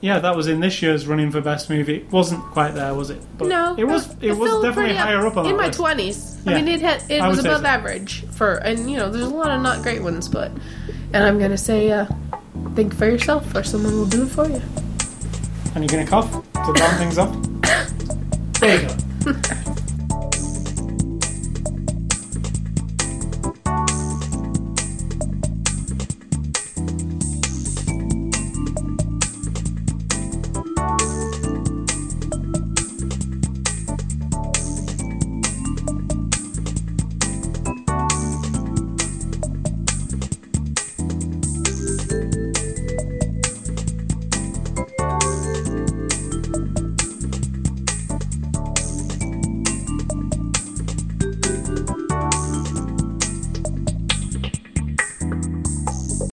S1: Yeah, that was in this year's running for best movie. It wasn't quite there, was it? But
S2: no,
S1: it was. It was
S2: still
S1: definitely
S2: pretty
S1: higher up on
S2: in
S1: that
S2: my
S1: list.
S2: twenties.
S1: Yeah.
S2: I mean, it had it
S1: I
S2: was
S1: would say
S2: above
S1: so.
S2: average for, and you know, there's a lot of not great ones, but, and I'm gonna say, uh, think for yourself, or someone will do it for you.
S1: and you're gonna cough to round things up. There you go.